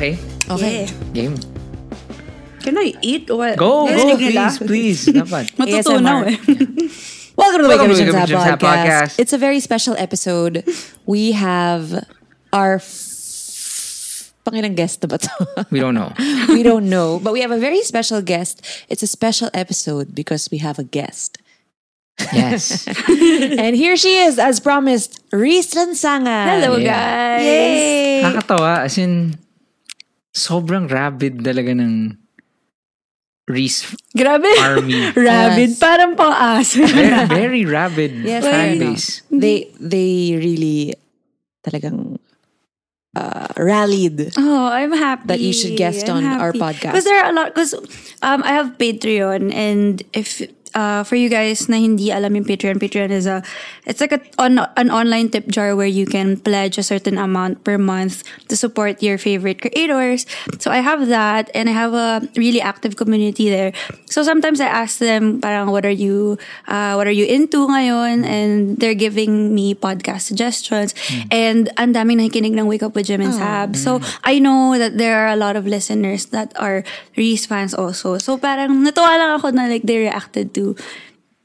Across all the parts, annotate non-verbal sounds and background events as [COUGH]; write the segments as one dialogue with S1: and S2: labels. S1: Okay.
S2: Yeah.
S3: Game.
S2: Can I eat? or what?
S3: Go, go,
S2: Narinig nila?
S3: please, please. Dapat.
S2: Matutunaw eh.
S1: Welcome to the
S3: Welcome
S1: Welcome
S3: to Wake
S1: Visions
S3: Up Visions
S1: podcast.
S3: Hub podcast.
S1: It's a very special episode. We have our f- pangilang guest na ba to?
S3: [LAUGHS] We don't know.
S1: we don't know, but we have a very special guest. It's a special episode because we have a guest.
S3: Yes.
S1: and here she is, as promised, Reese Lansanga.
S2: [LAUGHS] Hello
S3: Yeah.
S2: guys.
S1: Yay!
S3: Nakakatawa. As in, sobrang rabid talaga ng Reese
S2: Grabe. [LAUGHS]
S3: Army.
S2: Rabid. Parang pang
S1: [LAUGHS]
S2: aso.
S3: very, very rabid
S1: Yes,
S3: fan
S1: I know.
S3: base.
S1: They they really talagang uh, rallied.
S2: Oh, I'm happy
S1: That you should guest on our podcast.
S2: because there are a lot. Because um, I have Patreon, and if uh, for you guys na hindi alam yung Patreon, Patreon is a it's like a, on, an online tip jar where you can pledge a certain amount per month to support your favorite creators. So I have that, and I have a really active community there. So sometimes I ask them, parang what are you, uh, what are you into ngayon, and they're giving me podcast suggestions.
S1: Mm.
S2: And ang daming nakikinig ng Wake Up with Jim and
S1: Oh.
S2: Sab. So I know that there are a lot of listeners that are Reese fans also. So parang natuwa lang ako na like they reacted to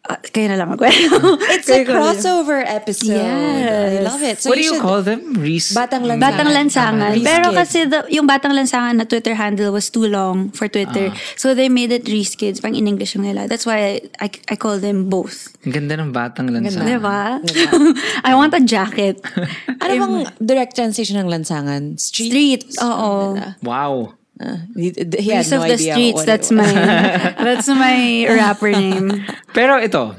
S2: uh, kayo na lang magkwento.
S1: [LAUGHS] It's a crossover episode. I love it. So
S3: What do you
S1: should-
S3: call them? Reese?
S1: Batang Lansangan.
S2: Batang Lansangan.
S1: Reese
S2: Pero
S1: Kids.
S2: kasi the, yung Batang Lansangan na Twitter handle was too long for Twitter.
S1: Ah.
S2: So they made it Reese Kids. Pang in English yung nila. That's why I, I call them both.
S3: Ang ganda ng batang lansa.
S2: Diba? [LAUGHS] I want a jacket.
S1: Ano bang direct translation ng lansangan? Street?
S2: Street. Oo.
S3: Wow.
S1: Ah, he he had
S2: Reese
S1: no
S2: of the
S1: idea what it
S2: streets. That's
S1: was.
S2: my [LAUGHS] that's my rapper name.
S3: Pero ito.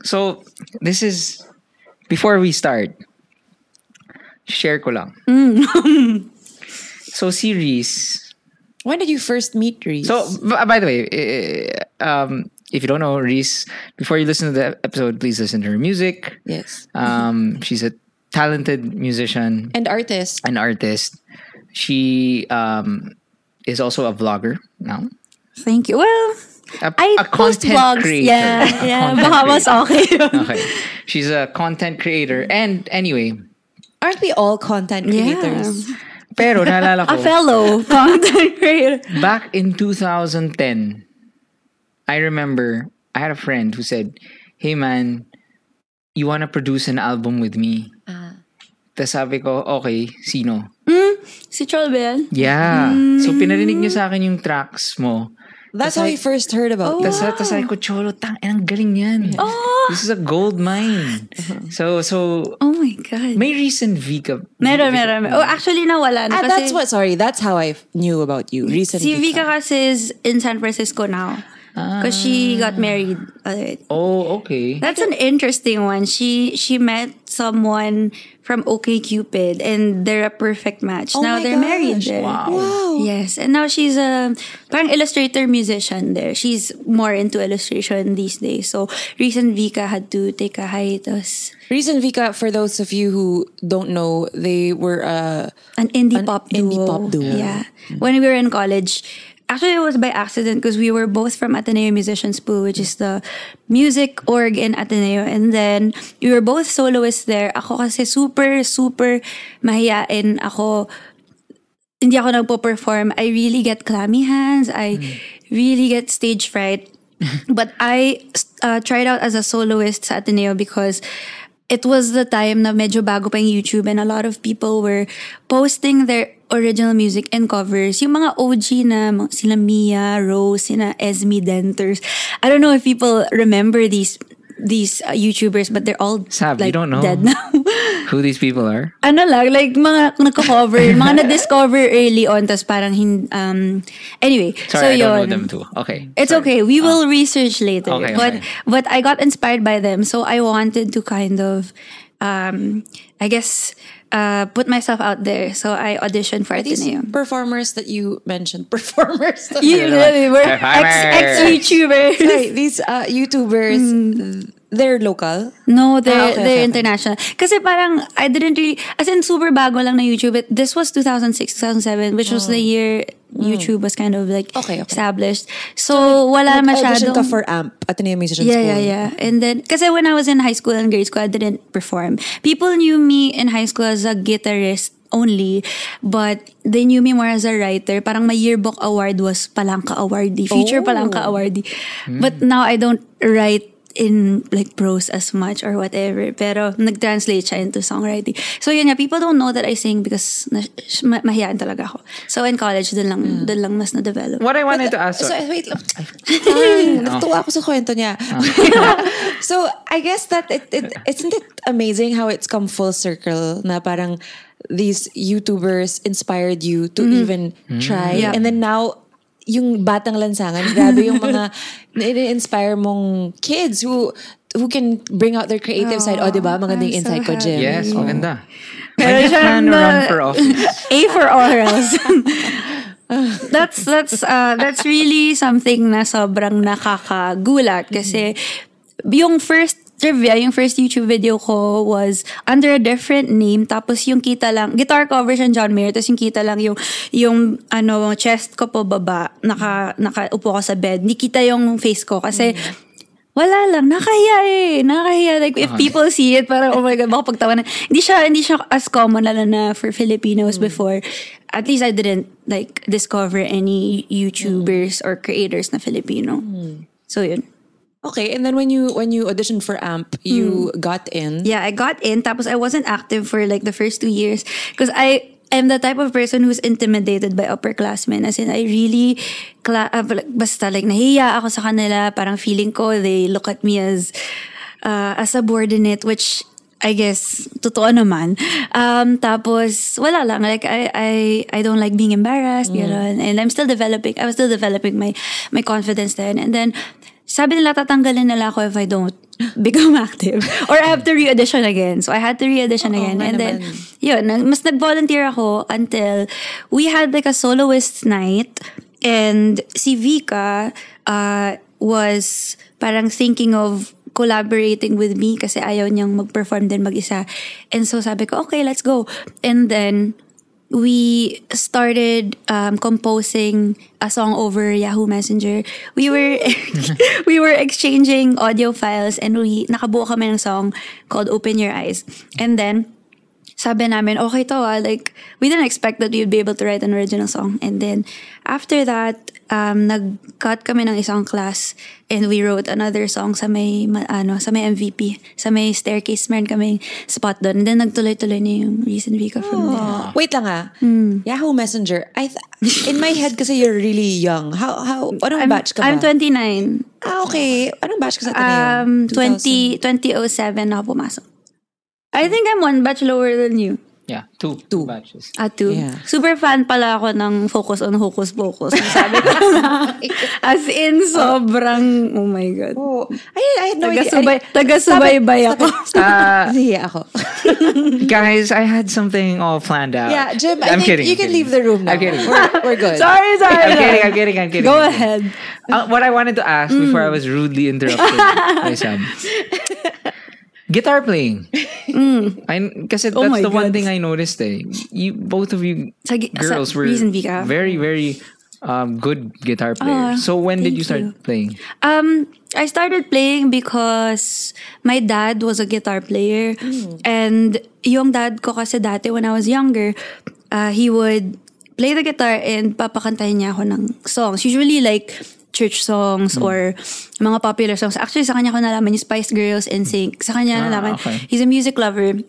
S3: So, this is, before we start, share ko lang. so, si Reese,
S1: When did you first meet Reese?
S3: So, b- by the way, eh, um, if you don't know Reese, before you listen to the episode, please listen to her music.
S1: yes.
S3: Um, she's a talented musician,
S1: And artist.
S3: an artist. She um, is also a vlogger now.
S2: Thank you. Well,
S3: A,
S2: I
S3: a
S2: post vlogs. Yeah.
S3: A
S2: yeah.
S3: content
S2: Baka mas okay. yun.
S3: creator. Okay. She's a content creator. And anyway,
S1: Aren't we all content
S2: Yeah.
S1: creators?
S3: pero naalala
S2: [LAUGHS] A
S3: ko,
S2: fellow content creator.
S3: back in 2010, I remember I had a friend who said, Hey man, you want to produce an album with me? Tapos sabi ko, okay, sino?
S2: Si Cholbel.
S3: Yeah. So pinarinig niya sa akin yung tracks mo.
S1: That's how we first heard about
S3: Tapos wow. sabi ko, Cholo, tang, eh, ang galing yan.
S2: Oh.
S3: This is a gold mine. So, so,
S2: Oh my God.
S3: may recent V ka.
S2: Meron, meron. meron. Oh, actually, nawala
S1: Ah,
S2: na. kasi
S1: that's what. Sorry, that's how I f- knew about you. Recently,
S2: Si Vika kasi is in San Francisco now. Because she got married. uh, already.
S3: Oh, okay.
S2: That's an interesting one. She she met someone from OK Cupid and they're a perfect match.
S1: Oh
S2: now
S1: my
S2: they're married
S1: gosh.
S2: there.
S1: Wow.
S2: Yes, and now she's a parang illustrator musician there. She's more into illustration these days. So recent Vika had to take a hiatus.
S1: Reason Vika, for those of you who don't know, they were uh,
S2: an indie
S1: An
S2: pop duo.
S1: indie pop duo. Mm.
S2: Yeah. When we were in college, actually it was by accident because we were both from Ateneo Musician School, which is the music org in Ateneo. And then we were both soloists there. Ako kasi super, super mahiyain ako. Hindi ako nagpo-perform. I really get clammy hands. I
S1: Mm.
S2: really get stage fright. but I uh, tried out as a soloist sa Ateneo because it was the time na medyo bago pa yung YouTube and a lot of people were posting their original music and covers. Yung mga OG na mga- sila Mia, Rose, sina Esme Denters. I don't know if people remember these these uh, YouTubers but they're all
S3: Sab, you
S2: like
S3: don't know.
S2: dead now. [LAUGHS]
S3: Who these people are?
S2: ano lang, like mga nagko-cover, mga na-discover early on tas parang hin, um anyway, so
S3: Sorry, I don't
S2: yun.
S3: know them too. Okay.
S2: It's
S3: Sorry. Ah.
S2: okay. We will research later.
S3: Okay,
S2: but
S3: okay.
S2: but I got inspired by them, so I wanted to kind of, um, I guess, uh, put myself out there. So I auditioned for
S1: these
S2: Ateneo.
S1: [LAUGHS] performers that you mentioned. [LAUGHS] Performers.
S2: You really were ex ex YouTubers. Mm.
S1: Sorry, these uh, YouTubers They're local.
S2: [LAUGHS] No, they're,
S1: Ah, okay, okay, okay.
S2: they're international. Kasi parang, I didn't really, as in super bago lang na YouTube. It, this was 2006, 2007, which was the year YouTube was kind of like
S1: Oh. Mm. Okay, okay.
S2: established. So, wala
S1: Audition ka
S2: masyadong...
S1: for AMP, Ateneo Musician
S2: Ah, Yeah,
S1: School.
S2: yeah, yeah. And then, kasi when I was in high school and grade school, I didn't perform. People knew me in high school as a guitarist only, but they knew me more as a writer. Parang my yearbook award was Palangka Awardee, future
S1: Oh. Hmm.
S2: Palangka Awardee. But now I don't write in like prose as much or whatever. Pero nag-translate siya into songwriting. So yun nga, people don't know that I sing because na- sh- ma- mahiyaan talaga ako. So in college, dun lang,
S1: Hmm.
S2: dun lang mas na-develop.
S3: What I wanted to ask,
S1: So, wait. lang. Ay, natuwa ako sa kwento niya. [LAUGHS] so, I guess that it, it, isn't it amazing how it's come full circle na parang these YouTubers inspired you to even try.
S2: Mm-hmm. Yeah.
S1: And then now, yung batang lansangan, grabe yung
S2: [LAUGHS]
S1: mga inspire mong kids who who can bring out their creative side. O, di ba? Magandang
S2: Ah, I'm so
S1: insight ko, Jim.
S2: happy.
S3: yes, maganda.
S2: Pero
S3: I just
S2: siya
S3: plan to
S2: na-
S3: run for office.
S2: A for orals. [LAUGHS] that's that's uh, that's really something na sobrang nakakagulat kasi yung first trivia, yung first YouTube video ko was under a different name tapos yung kita lang guitar cover siya ng John Mayer tapos yung kita lang yung yung ano chest ko po baba naka nakaupo ko sa bed nikita yung face ko kasi wala lang, nakahiya eh. Nakahiya. Like, if people see it, parang, oh my God, baka pagtawanan. Hindi siya, hindi siya as common lalo na for Filipinos before. At least I didn't, like, discover any YouTubers or creators na Filipino. So, yun.
S1: Okay, and then when you when you auditioned for AMP, you got in.
S2: Hmm. Yeah, I got in. Tapos I wasn't active for like the first two years because I am the type of person who's intimidated by upperclassmen. As in, I really, cla- uh, like, basta like nahiya ako sa kanila. Parang feeling ko they look at me as uh, a subordinate, which I guess totoo naman. Um, tapos wala lang like I I I don't like being
S1: Mm.
S2: embarrassed, ganun. And I'm still developing. I was still developing my my confidence then. And then sabi nila tatanggalin nila ako if I don't become [LAUGHS] active or I have to re-audition again. So I had to re-audition
S1: Oo,
S2: again.
S1: nga
S2: And then
S1: naman.
S2: yun, nag- mas nag-volunteer ako until we had like a soloist night and si Vika uh, was parang thinking of collaborating with me kasi ayaw niyang mag-perform din mag-isa. And so sabi ko, okay, let's go. And then we started um, composing a song over Yahoo Messenger. We were [LAUGHS] we were exchanging audio files and we nakabuo kami ng song called Open Your Eyes. And then sabi namin, okay to ah. Like, we didn't expect that we'd be able to write an original song. And then, after that, um, nag-cut kami ng isang class and we wrote another song sa may, ma- ano, sa may MVP, sa may staircase. Meron kami spot doon. And then, nagtuloy-tuloy na yung Recent Vika from there.
S1: Wait lang ah.
S2: Hmm.
S1: Yahoo Messenger. I th- in my head kasi you're really young. How how anong
S2: I'm,
S1: batch ka
S2: I'm
S1: ba? Ano
S2: 29.
S1: Ah, okay. Anong batch ka sa Ateneo?
S2: Um,
S1: 2000?
S2: 20, 2007 ako pumasok. I think I'm one batch lower than you.
S3: [LAUGHS] Yeah, two, two batches.
S2: Ah, two.
S1: Yeah.
S2: Super fan pala ako ng Focus on Hocus Pocus.
S1: [LAUGHS]
S2: Sabi ko na. As in, sobrang, oh my God.
S1: Oh, I, I had no
S2: Taga-subay,
S1: idea.
S2: taga-subaybay ako. [LAUGHS]
S1: [LAUGHS] Uh, yeah, ako.
S3: Guys, I had something all planned out.
S1: Yeah, Jim, I
S3: I'm
S1: think
S3: kidding, I'm
S1: you can
S3: kidding.
S1: leave the room now.
S3: I'm kidding.
S1: We're, we're good.
S2: sorry, sorry.
S3: I'm kidding, I'm kidding, I'm kidding.
S2: [LAUGHS] Go ahead. Mm.
S3: Uh, what I wanted to ask before I was rudely
S2: [LAUGHS]
S3: interrupted by Sam. Guitar playing. I kasi
S2: Oh
S3: that's
S2: my
S3: the one
S2: God.
S3: thing I noticed eh. You both of you
S2: Sa gi- sa
S3: girls were
S2: Reason Vika.
S3: very very um, good guitar
S2: Ah,
S3: players. so when did
S2: thank
S3: you start
S2: you.
S3: playing?
S2: Um, I started playing because my dad was a guitar player. And yung dad ko kasi dati when I was younger, uh, he would play the guitar and papakantahin niya ako ng songs. Usually like church songs
S3: Hmm.
S2: or mga popular songs. Actually, sa kanya ko nalaman yung Spice Girls and Sync. Sa kanya
S3: Ah,
S2: nalaman.
S3: okay.
S2: He's a music lover.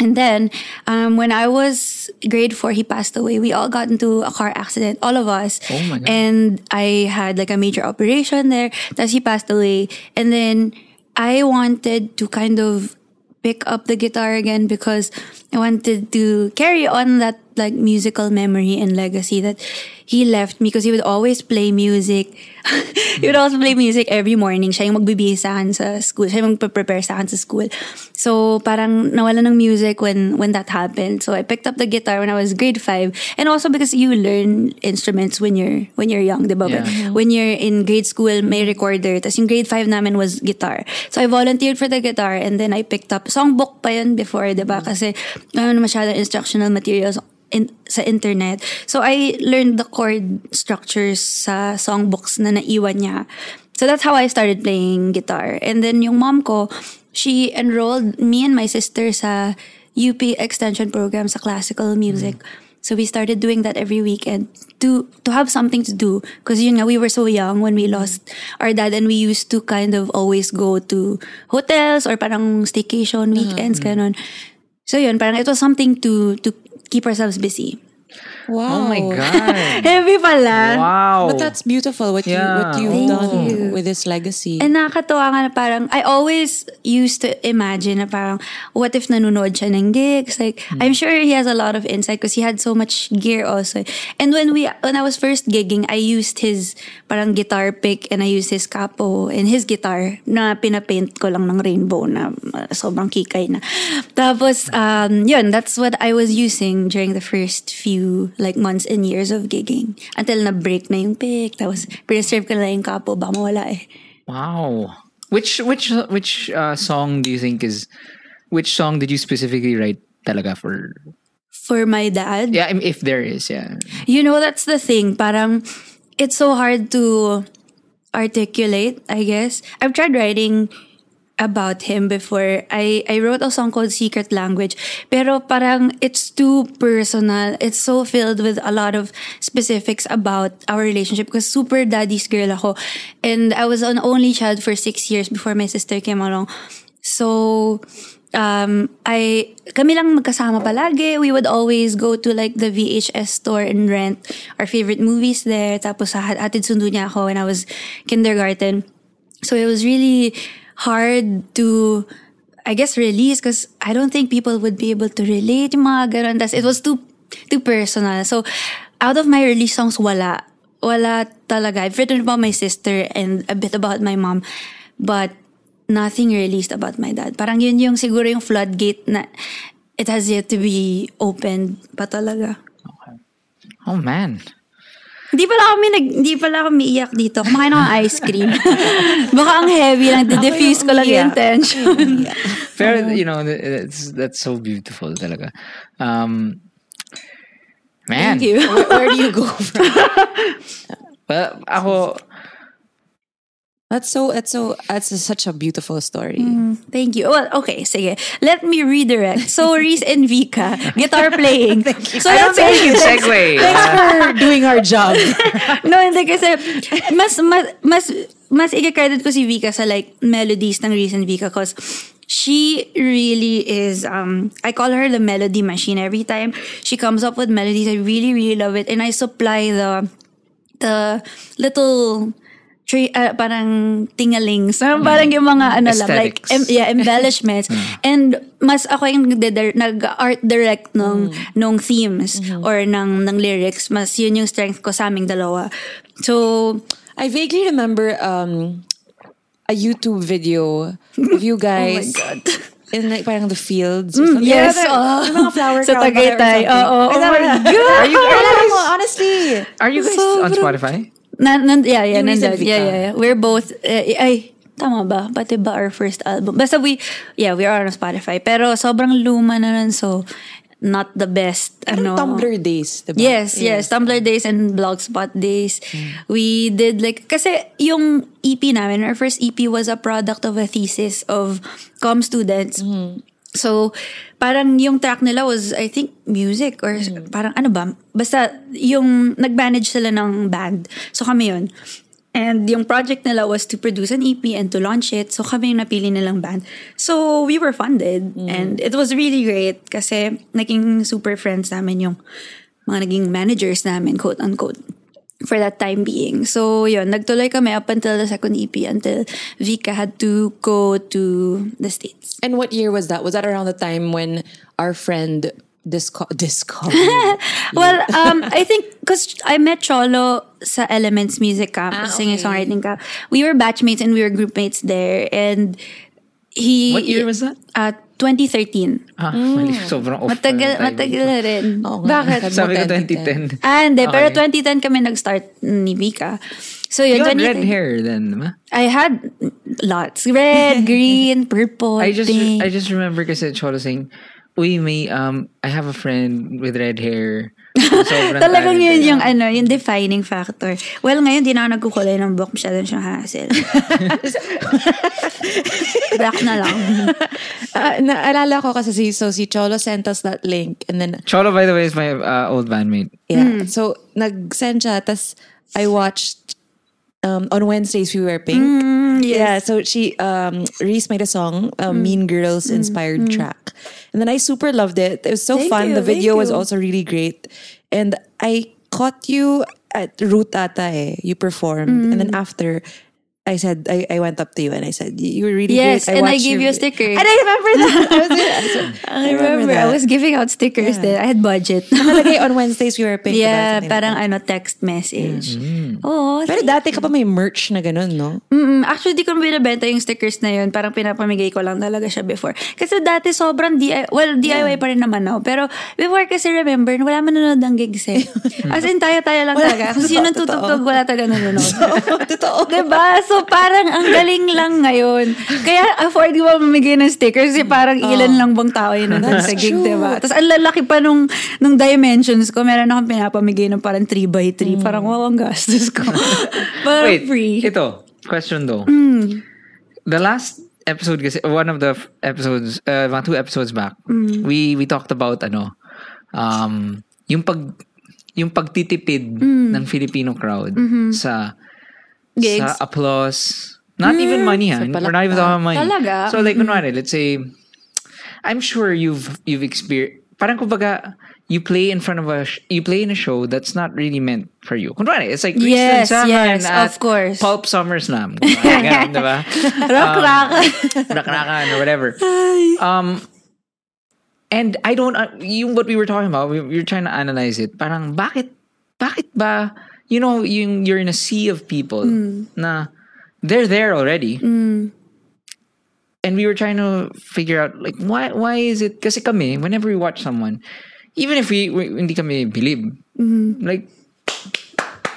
S2: And then, um, when I was grade four, he passed away. We all got into a car accident, all of us.
S3: Oh my God.
S2: And I had like a major operation there. Tapos he passed away. And then I wanted to kind of pick up the guitar again because I wanted to carry on that like musical memory and legacy that he left me because he would always play music. [LAUGHS] he would always play music every morning. Siya yung magbibihis sa akin sa school. Siya yung magpe-prepare sa akin sa school. So, parang nawala ng music when when that happened. So, I picked up the guitar when I was grade 5. And also because you learn instruments when you're when you're young, di ba?
S3: Yeah.
S2: But When you're in grade school, may recorder. Tapos yung grade 5 namin was guitar. So, I volunteered for the guitar and then I picked up songbook pa yun before, di ba? Kasi ano masyadong instructional materials in, sa internet. So, I learned the chord structures sa songbooks na naiwan niya. So, that's how I started playing guitar. And then, yung mom ko, she enrolled me and my sister sa UP extension program sa classical music. So, we started doing that every weekend to to have something to do. Because, you know, we were so young when we lost our dad and we used to kind of always go to hotels or parang staycation weekends, ganon. So, yun, parang it was something to to keep ourselves busy.
S1: Wow.
S3: Oh my
S2: [LAUGHS]
S3: God.
S2: Heavy pala.
S3: wow.
S1: But that's beautiful what you what
S3: Yeah.
S1: you've
S2: Thank
S1: done
S2: you.
S1: with this legacy.
S2: And Eh, nakakatawa nga na parang, I always used to imagine na parang, what if nanonood siya ng gigs? Like, I'm sure he has a lot of insight because he had so much gear also. And when we, when I was first gigging, I used his parang guitar pick and I used his capo and his guitar na pinapaint ko lang ng rainbow na uh, sobrang kikay na. Tapos, um, yun, that's what I was using during the first few like months and years of gigging. Until na-break na yung pick. Tapos, preserve ko na lang yung capo. Baka mawala eh.
S3: wow. Which which which uh, song do you think is which song did you specifically write talaga for?
S2: for my dad.
S3: Yeah, I mean, if there is, yeah.
S2: You know, that's the thing. Parang, it's so hard to articulate, I guess. I've tried writing about him before. I, I wrote a song called Secret Language. Pero parang, it's too personal. It's so filled with a lot of specifics about our relationship because super daddy's girl ako. And I was an only child for six years before my sister came along. So, um, I, kami lang magkasama palagi. We would always go to like the VHS store and rent our favorite movies there. Tapos ha- hatid sundo niya ako when I was kindergarten. So it was really hard to, I guess, release because I don't think people would be able to relate. Yung mga ganun. Tas it was too, too personal. So out of my release songs, wala. Wala talaga. I've written about my sister and a bit about my mom. But nothing released about my dad. Parang yun yung siguro yung floodgate na it has yet to be opened pa talaga.
S3: Oh man.
S2: Hindi pala kami nag, hindi pala ako umiiyak dito. Kumakain ako ng ice cream. [LAUGHS] Baka ang heavy lang, diffuse ko lang yung
S1: umiiyak.
S2: tension. Oh.
S3: Fair, you know, th- that's that's so beautiful talaga. Um Man.
S2: Thank you.
S1: where, where do you go from?
S3: Well, ako
S1: That's so that's so that's such a beautiful story.
S2: Thank you. Well, okay, sige. Let me redirect. So, Reese and Vika, guitar playing. Thank you. So,
S3: I don't
S2: that's
S3: think
S2: it.
S3: you can segue. Uh,
S1: We're doing our job.
S2: [LAUGHS] no, hindi kasi mas mas mas mas i-credit ko si Vika sa like melodies ng recent Vika cause she really is um I call her the melody machine every time she comes up with melodies I really really love it and I supply the the little tra- uh, parang tingalings. So, Parang yung mga ano lang, like,
S3: Aesthetics.
S2: em- yeah, embellishments. And mas ako yung nagde- nag-art direct nung, nung themes or ng, ng lyrics. Mas yun yung strength ko sa aming dalawa. So,
S1: I vaguely remember um, a YouTube video of [LAUGHS] you guys
S2: oh my God.
S1: in like parang the fields. Or something.
S2: [LAUGHS] yes,
S1: Mm, Yeah,
S2: oh.
S1: the- yung mga flower
S2: Sa
S1: crown pala or
S2: Tagaytay,
S1: something.
S2: oo,
S1: Ay,
S2: oh
S1: tama
S2: my
S1: na.
S2: God.
S1: [LAUGHS] Are you guys? mo, honestly.
S3: are you guys
S1: Sobrang-
S3: on Spotify?
S2: Na, nan, yeah, yeah,
S1: Yung
S2: nandun.
S1: recent Vika.
S2: Yeah, yeah, yeah. We're both, eh, ay, tama ba? Pati ba our first album? Basta we, yeah, we are on Spotify. Pero sobrang luma na nun, so not the best.
S1: Parang
S2: ano.
S1: Tumblr days, diba?
S2: Yes, yes, Tumblr days and Blogspot days.
S1: Hmm.
S2: We did like kasi yung EP namin, our first EP was a product of a thesis of com students. So, parang yung track nila was I think music or parang ano ba? Basta yung nag-manage sila ng band. So kami yun. And yung project nila was to produce an EP and to launch it. So kami yung napili nilang band. So we were funded and it was really great kasi naging super friends namin yung mga naging managers namin, quote-unquote, for that time being. So, yun, nagtuloy kami up until the second EP until Vika had to go to the States.
S1: And what year was that? Was that around the time when our friend disco [LAUGHS] Oh, discover.
S3: [LAUGHS]
S2: Well, um, I think because I met Cholo sa Elements Music Camp,
S1: Ah,
S2: singing
S1: okay.
S2: songwriting camp. We were batchmates and we were groupmates there. And he...
S3: What year was that?
S2: Uh, 2013.
S3: Ah, mali. Sobrang off. pala
S2: Mm. Matagal,
S3: tayo.
S2: matagal na rin.
S1: Oo nga.
S2: Bakit?
S3: Sabi ko
S1: 2010.
S3: 2010.
S2: Ah, hindi. Pero
S3: Okay.
S2: 2010 kami nag-start ni Vika. So,
S3: You
S2: yun, eh.
S3: had red
S2: 2010.
S3: hair then, ma?
S2: I had
S3: [LAUGHS]
S2: lots. Red, green, purple,
S3: I just
S2: pink.
S3: I just remember kasi Cholo saying, Uy, may, um, I have a friend with red
S2: [LAUGHS]
S3: hair. Sobrang
S2: Talagang
S3: talented."
S2: yun yung ano, yung defining factor. Well, ngayon, di na ako nagkukulay ng buhok. Masyado siyang hassle. [LAUGHS] Black na lang.
S1: Ah, naalala ko kasi si, so si Cholo sent us that link and then
S3: Cholo, by the way, is my uh, old bandmate.
S2: Hmm.
S1: Yeah. So, nag-send siya. Tas, I watched, um, on Wednesdays, we wear pink.
S2: Hmm,
S1: Yeah. So, she, um, Reese made a song, a Mean Girls inspired track. And then I super loved it. It was so
S2: Hmm. Thank
S1: fun.
S2: you,
S1: the video
S2: thank
S1: was
S2: you.
S1: also really great. And I caught you at Root Ata eh. You performed.
S2: Hmm.
S1: And then after, I said, I, I went up to you and I said, you were really
S2: Yes,
S1: great.
S2: and I
S1: watched your
S2: gave you a
S1: vi-" [LAUGHS]
S2: sticker.
S1: And I remember that. I,
S2: [LAUGHS]
S1: was- I
S2: I remember, I
S1: that.
S2: was giving out stickers then. I had budget.
S1: Nakalagay on Wednesdays, we wear pink. diba?
S2: [LAUGHS] yeah,
S1: Something like
S2: parang ano, text message. Oo.
S1: Pero dati ka pa may merch na ganun, no?
S2: Mm, actually, di ko binibenta yung stickers na yun. Parang pinapamigay ko lang talaga siya before. Kasi dati sobrang DIY. Well, DIY pa rin naman ako. Pero before kasi remember, wala manonood ng gigs [LAUGHS] eh. As in, tayo-tayo lang
S1: Wala.
S2: talaga. Kasi yun ang tutugtog, wala talaga nanonood.
S1: Totoo.
S2: Diba? So parang ang galing lang ngayon. Kaya afford ko ba mamigay ng stickers? Kasi parang ilan lang bang tao yun nandun sa
S1: That's
S2: gig,
S1: true.
S2: diba? Tapos ang lalaki pa nung, nung dimensions ko. Meron akong pinapamigay ng parang 3x3.
S1: Hmm.
S2: Parang wow, ang gastos
S1: [LAUGHS]
S2: ko. parang
S3: Wait,
S2: free. Mm.
S3: ito, question though. The last episode kasi, one of the f- episodes, uh, mga two episodes back,
S2: Mm.
S3: we we talked about ano, um, yung pag yung pagtitipid
S2: Mm.
S3: ng Filipino crowd sa
S2: Mm-hmm. Gigs. Mm.
S3: sa applause. Not even money, ha? We're not even talking about money.
S2: Talaga? Mm-hmm.
S3: So like, kunwari, let's say, I'm sure you've you've experienced, parang kumbaga, you play in front of a, sh- you play in a show that's not really meant for you. Kunwari, it's like,
S2: Yes,
S3: recent
S2: yes,
S3: Saman at
S2: of course.
S3: Pulp Summer
S2: [LAUGHS]
S3: Slam. Ganun, diba?
S2: Rock,
S1: um,
S2: rock.
S3: Rakrakan or whatever. Um, and I don't, uh, yung what we were talking about, we, we were trying to analyze it. Parang, bakit, bakit ba, you know, yung, you're in a sea of people na they're there already. And we were trying to figure out, like, why, why is it, kasi kami, whenever we watch someone, even if we, we hindi kami believe, like,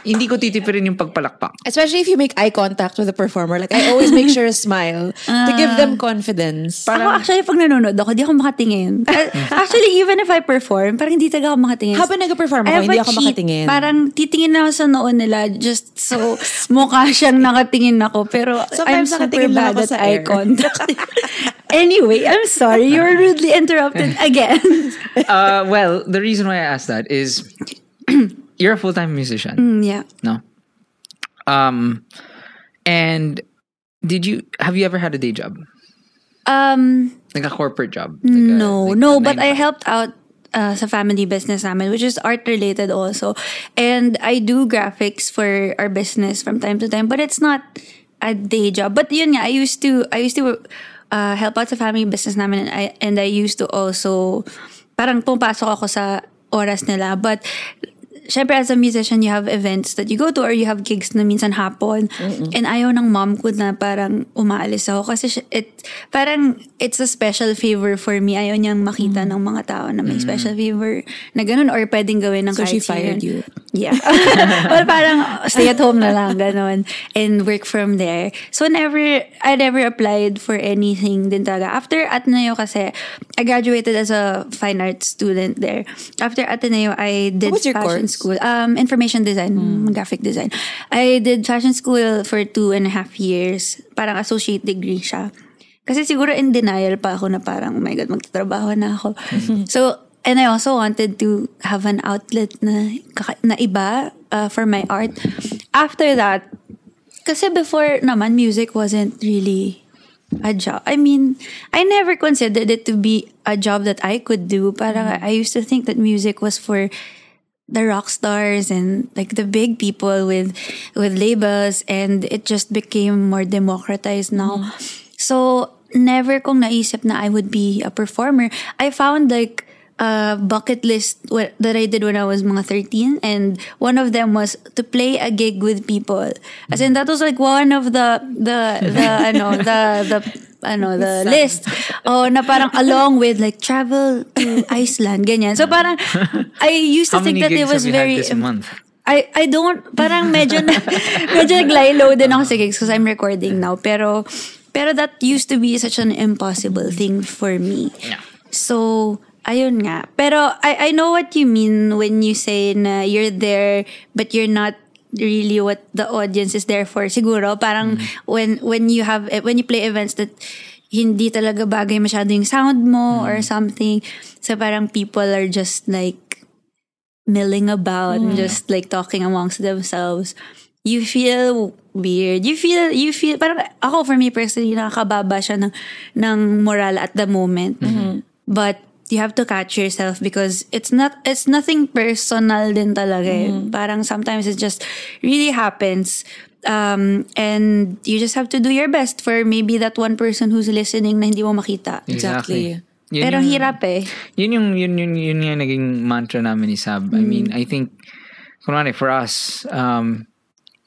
S3: hindi ko titipirin yung pagpalakpak.
S1: [LAUGHS] Especially if you make eye contact with the performer. Like, I always make sure to smile to give them confidence.
S2: Ako actually, pag nanonood ako, di ako makatingin.
S1: [LAUGHS]
S2: Uh, actually, even if I perform, parang hindi talaga ako makatingin.
S1: Habang nag-perform ako,
S2: I have
S1: Ano hindi
S2: a
S1: ako
S2: cheat.
S1: makatingin.
S2: Parang titingin na ako sa noon nila just so [LAUGHS] mukha siyang nakatingin ako. Pero
S1: Sometimes
S2: I'm super
S1: nakatingin lang
S2: bad
S1: ako
S2: at
S1: sa air.
S2: eye contact. [LAUGHS] anyway, I'm sorry. You were rudely interrupted
S1: [LAUGHS]
S2: again. [LAUGHS]
S3: uh, well, the reason why I asked that is [CLEARS THROAT] you're a full time musician,
S2: Mm, yeah.
S3: no? Um, and did you have you ever had a day job,
S2: Um,
S3: like a corporate job?
S2: Mm. No, no, but I helped out uh, sa family business namin, which is art related also. And I do graphics for our business from time to time, but it's not a day job. But yun nga, I used to, I used to uh, help out sa family business namin and I, and I used to also, parang pumapasok ako sa oras nila. But Siyempre, as a musician, you have events that you go to or you have gigs na minsan hapon. And ayaw ng mom ko na parang umaalis ako. Kasi siya- it, parang it's a special favor for me. Ayaw niyang
S1: Mm.
S2: makita ng mga tao na may special favor na ganun or pwedeng gawin ng
S1: So
S2: kahit
S1: she
S2: sino
S1: fired you?
S2: yun.
S1: [LAUGHS]
S2: Yeah. well, parang stay at home na lang, ganun. And work from there. So, never, I never applied for anything din talaga. After Ateneo kasi, I graduated as a fine arts student there. After Ateneo, I did
S1: What was your
S2: fashion
S1: course?
S2: school. Um, information design, graphic design. I did fashion school for two and a half years. Parang associate degree siya. Kasi siguro in denial pa ako na parang, oh my God, magtatrabaho na ako. So, and I also wanted to have an outlet na, kaka- na iba uh, for my art. After that, kasi before naman, music wasn't really a job. I mean, I never considered it to be a job that I could do. Parang I used to think that music was for the rock stars and like the big people with with labels and it just became more democratized now. So never kong naisip na I would be a performer. I found like uh, bucket list wh- that I did when I was mga 13. And one of them was to play a gig with people. As in, that was like one of the, the, the, ano, the, the, ano, the list. Oh, na parang along with like travel to Iceland, ganyan. So parang, I used to
S3: How
S2: think
S3: many
S2: that
S3: gigs
S2: it was
S3: have you
S2: very,
S3: had this month?
S2: I I don't parang medyo na, [LAUGHS] medyo naglaylo din ako sa gigs because I'm recording now pero pero that used to be such an impossible thing for me.
S3: Yeah.
S2: So ayun nga. Pero I I know what you mean when you say na you're there but you're not really what the audience is there for siguro
S3: Mm.
S2: parang when when you have when you play events that hindi talaga bagay masyado yung
S3: Mm.
S2: sound mo or something so parang people are just like milling about
S3: Mm.
S2: and just like talking amongst themselves you feel weird you feel you feel parang ako for me personally nakakababa siya ng ng moral at the moment
S3: Mm-hmm.
S2: but you have to catch yourself because it's not it's nothing personal din talaga eh.
S3: Mm-hmm.
S2: parang sometimes it just really happens um and you just have to do your best for maybe that one person who's listening na hindi mo makita
S1: Exactly.
S3: Yun
S2: pero
S3: yung-
S2: hirap eh
S3: Yun yung, yun, yun, yun yung naging mantra namin ni Sab. I mean,
S2: Mm.
S3: I think, kunwari, for us, um,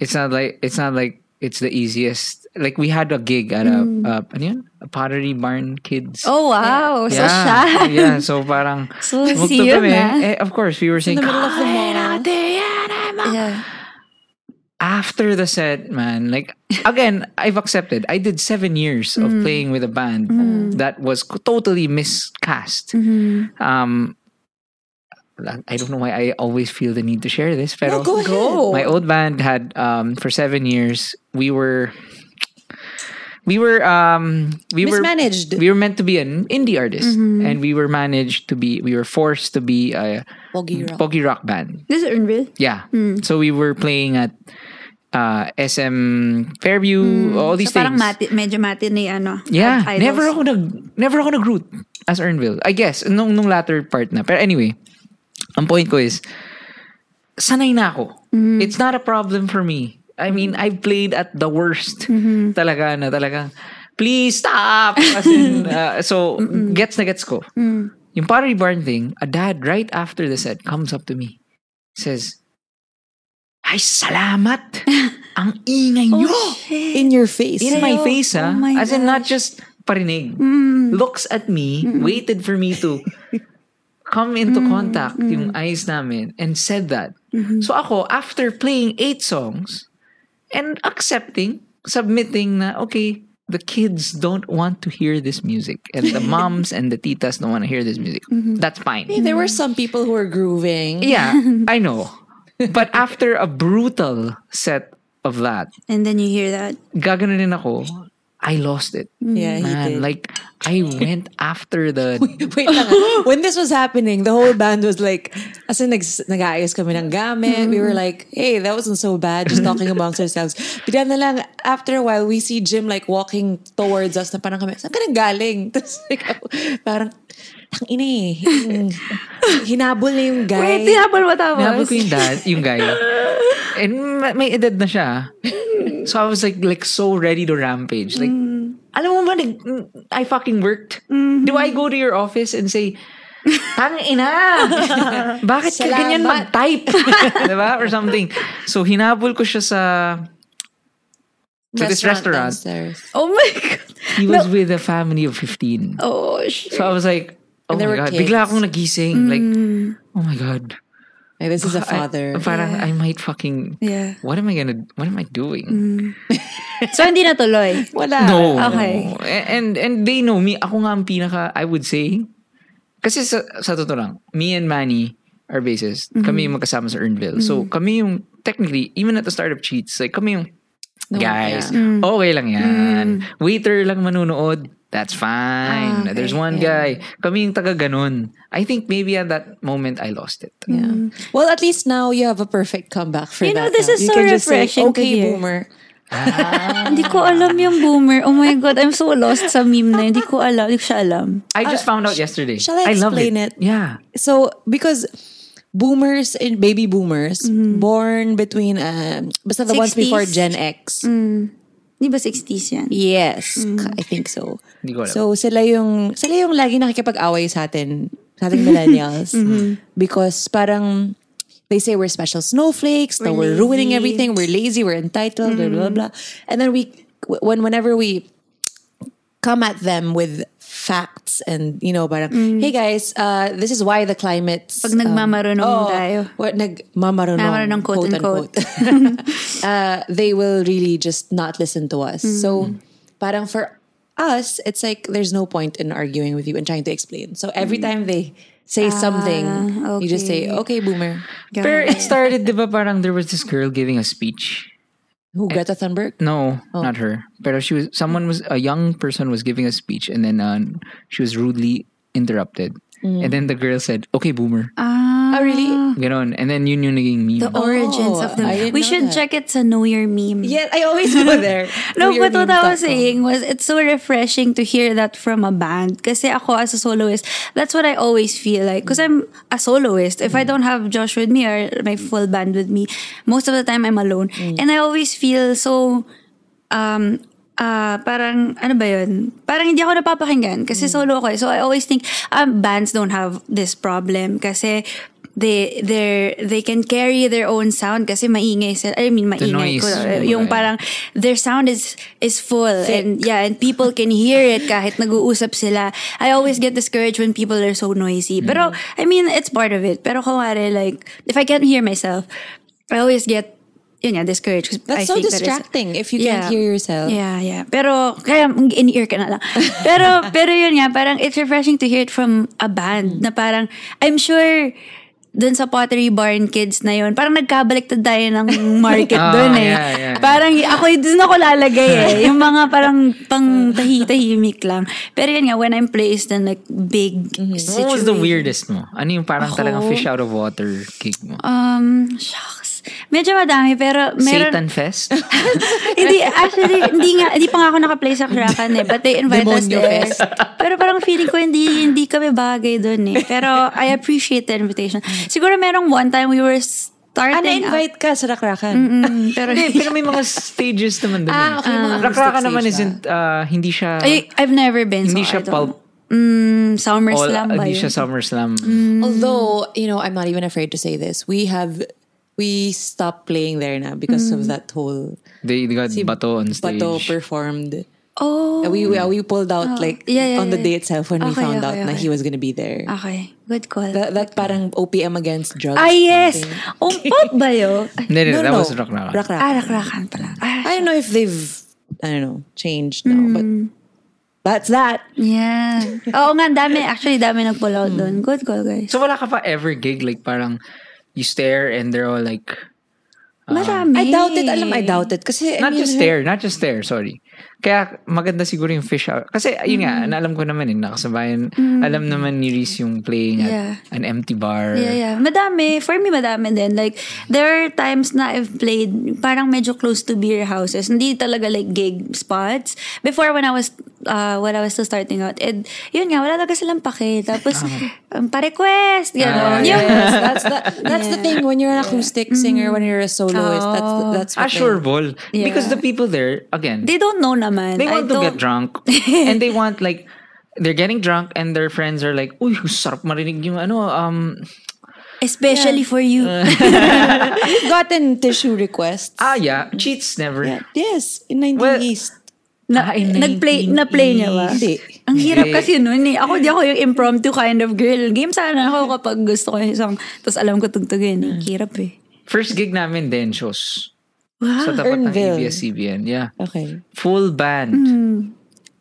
S3: it's not like, it's not like, it's the easiest. Like, we had a gig at a,
S2: Mm.
S3: uh, ano yun? A pottery barn kids.
S2: oh wow so
S3: yeah. Oh,
S2: shy
S3: Yeah, so
S1: [LAUGHS]
S3: parang,
S2: So,
S3: tumugtog
S2: see you na.
S3: Eh, of course, we were saying,
S1: the middle of the
S3: "Kain
S1: mall."
S3: natin yan, ay, ma-
S2: [LAUGHS] yeah
S3: after the set, man, like again, I've accepted. I did seven years of
S1: Mm-hmm.
S3: playing with a band that was co- totally miscast.
S1: Mm-hmm.
S3: Um, I don't know why I always feel the need to share this, but
S1: No, go ahead. Go.
S3: my old band had um, for seven years. We were, we were, um, we
S1: Mismanaged.
S3: were, we were meant to be an indie artist, and we were managed to be. We were forced to be a
S1: Pogi rock.
S3: poggy rock band.
S2: this is unreal
S3: Yeah. So we were playing at uh, SM Fairview, all these
S2: so parang
S3: things.
S2: mati, medyo matinee ano.
S3: yeah,
S2: idols.
S3: never ako nag never ako nag-root as Earnville. I guess nung nung latter part na. Pero anyway, ang point ko is sanay na ako. It's not a problem for me. I mean, I've played at the worst talaga na talagang please stop. As in, uh, so gets na gets ko. Yung pottery barn thing, a dad right after the set comes up to me. Says, "Ay, salamat. ang ingay niyo."
S1: In your face.
S3: in my face, ah.
S2: my
S3: As in, not just parinig. Looks at me, waited for me to come into contact yung eyes namin, and said that. So ako, after playing eight songs, and accepting, submitting na, okay, the kids don't want to hear this music. And the moms and the titas don't want to hear this music. That's fine.
S1: [LAUGHS] There were some people who were grooving.
S3: Yeah, I know. But after a brutal set of that,
S2: And then you hear that.
S3: gaganon din ako, I lost it.
S1: Yeah, he
S3: Man,
S1: did.
S3: like I went after the
S1: [LAUGHS] Wait lang. ah. when this was happening, the whole band was like, as in, nags- nag-aayos kami ng gamit.
S2: Mm-hmm.
S1: We were like, hey, that wasn't so bad, just talking amongst ourselves. Bigla na lang, after a while, we see Jim like walking towards us na parang kami, saan ka nang galing? [LAUGHS] Tapos like, ako, parang, tang ina eh. Mm. Hinabol na yung guy.
S2: Wait, tinapal mo tapos?
S3: Hinabol ko yung dad, yung guy. And ma- may edad na
S1: [LAUGHS]
S3: siya. So I was like like so ready to rampage. Like
S1: Mm.
S3: alam mo ba nag- I fucking worked.
S1: Mm-hmm.
S3: Do I go to your office and say Tang
S1: [LAUGHS]
S3: ina! Bakit ka ganyan
S1: Salamat.
S3: mag-type? [LAUGHS] diba? Or something. So, hinabol ko siya sa... Sa this restaurant.
S1: downstairs.
S2: Oh my God.
S3: He was with a family of 15.
S2: Oh, shit.
S3: So I was like, oh
S1: And there
S3: my
S1: were
S3: god,
S1: kids. Mm.
S3: bigla akong nagising. Like, oh my god.
S1: Like, this is
S3: I-
S1: a father.
S3: parang I might fucking,
S2: Yeah.
S3: what am I gonna, what am I
S1: Mm.
S3: doing?
S2: So, hindi natuloy.
S1: Wala.
S3: No.
S2: Okay.
S3: A- And, and they know me, ako nga ang pinaka, I would say, kasi sa, sa totoo lang, me and Manny are bassist.
S1: Mm-hmm.
S3: Kami yung magkasama sa Earnville. So kami yung, technically, even at the start of Cheats, like kami yung, guys,
S1: Mm.
S3: okay lang yan. Waiter lang manunood. That's fine.
S2: Ah, okay.
S3: There's one guy. Kami yung taga ganun. I think maybe at that moment, I lost it.
S1: Yeah. Well, at least now you have a perfect comeback for
S2: You know,
S1: that.
S2: this
S1: now.
S2: is
S1: you
S2: so
S1: can just say,
S2: refreshing to
S1: okay,
S2: hear."
S1: boomer.
S2: hindi ko
S3: Ah.
S2: alam yung boomer. Oh my God, I'm so lost sa meme na. yun. Hindi ko alam. Hindi ko siya alam.
S3: I just found out yesterday.
S1: Uh, shall I
S3: love
S1: explain it?
S3: Yeah.
S1: so because boomers and baby boomers born between um basta the ones
S2: 60s.
S1: before gen x
S2: Di ba 60s yan?
S1: yes i think so
S3: Hindi ko alam.
S1: so sila yung sila yung lagi nakikipag-away sa atin nating [LAUGHS] millennials. Because parang they say we're special snowflakes, that we're ruining everything, we're lazy, Mm. we're entitled, blah, blah, blah. And then we, when whenever we come at them with facts and, you know, parang, hey guys, uh, this is why the climate's...
S2: Pag nagmamarunong
S3: Oh.
S2: tayo.
S1: Oh, What, nagmamarunong,
S2: Nagmamarunong, quote,
S1: quote-unquote. [LAUGHS] uh, they will really just not listen to us. So,
S2: Mm-hmm.
S1: parang for us, it's like there's no point in arguing with you and trying to explain. So every time
S2: Mm-hmm.
S1: they
S2: Ah,
S1: say something, you just say, "Okay, boomer."
S3: Pero it started, di ba, parang there was this girl giving a speech.
S1: Who Greta Thunberg?
S3: No,
S2: Oh.
S3: not her. Pero she was, someone was, a young person was giving a speech and then uh, she was rudely interrupted.
S2: Mm.
S3: And then the girl said, okay, boomer.
S1: Oh, really?
S3: Ganon. And then yun yung naging meme.
S2: Ah. The origins
S1: I
S2: of the
S1: didn't
S2: We
S1: know
S2: should
S1: that.
S2: check it sa Know Your Meme.
S1: Yeah, I always go
S2: [LAUGHS]
S1: there.
S2: No,
S1: Weird
S2: but what I was
S1: memes.com.
S2: saying was it's so refreshing to hear that from a band. Kasi ako as a soloist, that's what I always feel like. Because I'm a soloist. If I don't have Josh with me or my full band with me, most of the time I'm alone. And I always feel so um ah parang ano ba yun? Parang hindi ako napapakinggan kasi solo ako. eh. So I always think um, bands don't have this problem kasi they they they can carry their own sound kasi maingay sila. I mean maingay
S3: noise,
S2: ko.
S3: kumbaga.
S2: Yung parang their sound is is full and yeah and people can hear it kahit nag-uusap sila. I always get discouraged when people are so noisy. Pero I mean it's part of it. Pero kumare like if I can't hear myself, I always get yun nga, discouraged. 'cause
S1: That's
S2: I
S1: so
S2: think that is-
S1: distracting if you
S2: Yeah.
S1: can't hear yourself.
S2: Yeah, yeah. Pero, kaya mag- in-ear
S3: [LAUGHS]
S2: ka na lang. Pero, pero yun nga, parang it's refreshing to hear it from a
S3: Mm.
S2: band na parang, I'm sure, dun sa Pottery Barn Kids na yun, parang nagkabaliktad tayo ng market
S3: [LAUGHS] Ah,
S2: dun eh.
S3: yeah, yeah, yeah.
S2: Parang ako, dun ako lalagay
S3: [LAUGHS]
S2: eh. Yung mga parang pang tahi-tahimik lang. Pero yun nga, when I'm placed in like big situation.
S3: Mm-hmm. What was the weirdest mo? Ano yung parang
S2: Ako?
S3: talagang fish out of water kick mo?
S2: Um, shucks. Medyo madami, pero meron...
S3: Satan
S2: [LAUGHS]
S3: Fest?
S2: hindi, actually, hindi nga, hindi pa nga ako nakaplay sa Kraken eh. But they invite us
S1: Demonyo
S3: eh.
S2: there.
S1: fest.
S2: Pero parang feeling ko hindi, hindi kami bagay doon eh. Pero I appreciate the invitation. Siguro merong one time we were
S1: Ah,
S2: starting out.
S1: na-invite ka sa rakrakan.
S2: Mm, pero,
S3: Hindi,
S2: [LAUGHS]
S3: pero may mga stages naman dun.
S1: Ah, okay, mga
S3: Rakraka
S1: acoustic
S3: naman
S1: stage
S3: isn't, uh, hindi siya,
S2: Ay, I've never been.
S3: hindi
S2: so
S3: siya
S2: I don't
S3: pulp
S2: know. Summer
S3: all, uh,
S2: slam ba
S3: hindi
S2: yun? Mm.
S3: siya SummerSlam.
S1: Although, you know, I'm not even afraid to say this. We have we stopped playing there now because
S2: Mm.
S1: of that whole
S3: They got bato on stage.
S1: Pato performed.
S2: Oh,
S1: We we, we pulled out like
S2: Yeah, yeah,
S1: on the
S2: yeah,
S1: day itself when we
S2: Okay,
S1: found
S2: okay,
S1: out that
S2: okay. Ah.
S1: he was gonna be there.
S2: okay. Good call.
S1: That, that parang OPM against drugs.
S2: ah, yes! Oh, pop ba
S3: [LAUGHS]
S2: yun? Ay,
S3: Hindi, hindi,
S1: No,
S3: Eh, that
S1: no,
S3: was Rakraka.
S1: Rakrakan.
S2: Ah, rakrakan pala. Ah,
S1: I don't know if they've I don't know changed now,
S2: Mm.
S1: but that's that.
S2: yeah. Oo nga, dami. Actually, dami nag-pull out doon. Good call, guys.
S3: So wala ka pa ever gig like parang you stare and they're all like
S2: Marami.
S1: I doubt it. Alam, I doubt it. Kasi I
S3: not
S1: mean,
S3: just stare,
S1: her-
S3: not just stare, sorry. Kaya maganda siguro yung fish out. Kasi yun nga,
S2: Mm.
S3: naalam ko naman eh, nakasabayan. Alam naman ni Reese yung playing at
S2: Yeah.
S3: an empty bar.
S2: Yeah, yeah. Madami. For me, madami din. Like, there are times na I've played parang medyo close to beer houses. Hindi talaga like gig spots. Before, when I was, uh, when I was still starting out. And, yun nga, wala talaga silang pake. Tapos, um, pa-request.
S3: Ah,
S2: Ganon.
S3: yeah,
S2: Yung-
S1: Yes, that's the, that's the thing when you're an acoustic singer, when you're a soloist,
S2: Oh.
S1: that's that's what
S3: Ah,
S1: they-
S3: sure, bol.
S2: Yeah.
S3: Because the people there, again,
S2: They don't know naman.
S3: they
S2: I
S3: want to
S2: don't-
S3: get
S2: [LAUGHS]
S3: drunk. and they want like, they're getting drunk and their friends are like, uy, sarap marinig yung ano, um,
S2: Especially for you.
S1: We've gotten tissue requests.
S3: ah yeah, cheats never.
S1: Yeah. Yes, in 19
S3: Well,
S1: East.
S2: [LAUGHS] na,
S3: Ay,
S2: nag-play,
S3: 19
S2: na-play niya ba?
S1: Hindi.
S2: Ang hirap
S3: Hindi.
S2: kasi nun eh. Ako, di ako yung impromptu kind of girl. Game sana ako kapag gusto ko yung isang, tapos alam ko tugtugin. Ang hirap eh.
S3: First gig namin, Densos.
S2: Wow.
S3: Sa tapat ng E
S1: Urnville.
S3: ABS-CBN. Yeah.
S1: Okay.
S3: Full band.
S2: Mm.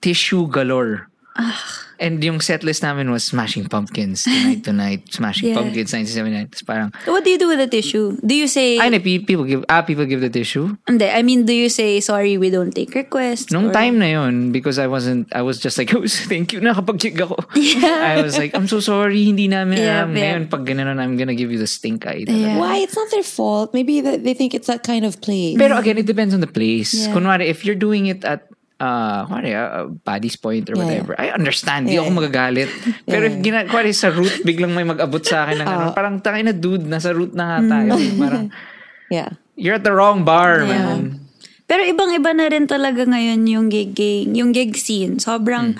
S3: Tissue galore.
S2: Ah.
S3: And yung setlist namin was Smashing Pumpkins,
S2: [LAUGHS]
S3: Tonight Tonight, Smashing
S2: Yeah.
S3: Pumpkins, 1979. Tapos parang,
S2: What do you do with the tissue? Do you say...
S3: ay, na, pe- people give, ah, people give the tissue.
S2: Hindi, I mean, do you say, sorry, we don't take requests?
S3: Nung
S2: Or-
S3: time na yun, because I wasn't, I was just like, [LAUGHS] oh, thank you, nakapag-gig
S2: [LAUGHS]
S3: ako. I was like, I'm so sorry, hindi namin
S2: Yeah,
S3: alam.
S2: yeah.
S3: Ngayon, pag ganun, I'm gonna give you the stink eye. talaga.
S2: Yeah.
S1: Why? It's not their fault. Maybe th- they think it's that kind of place.
S3: Pero again, it depends on the place.
S2: Yeah.
S3: Kunwari, if you're doing it at uh, kunwari, uh, Buddy's Point or
S1: Yeah,
S3: whatever, I understand. Di
S1: Yeah.
S3: ako magagalit. Pero if gina, kunwari, sa route, biglang may mag-abot sa akin ng ano, parang tangin na dude, nasa route na nga tayo. parang,
S1: yeah.
S3: you're at the wrong bar,
S2: Yeah.
S3: man.
S2: Pero ibang-iba na rin talaga ngayon yung gig, game- yung gig scene. Sobrang,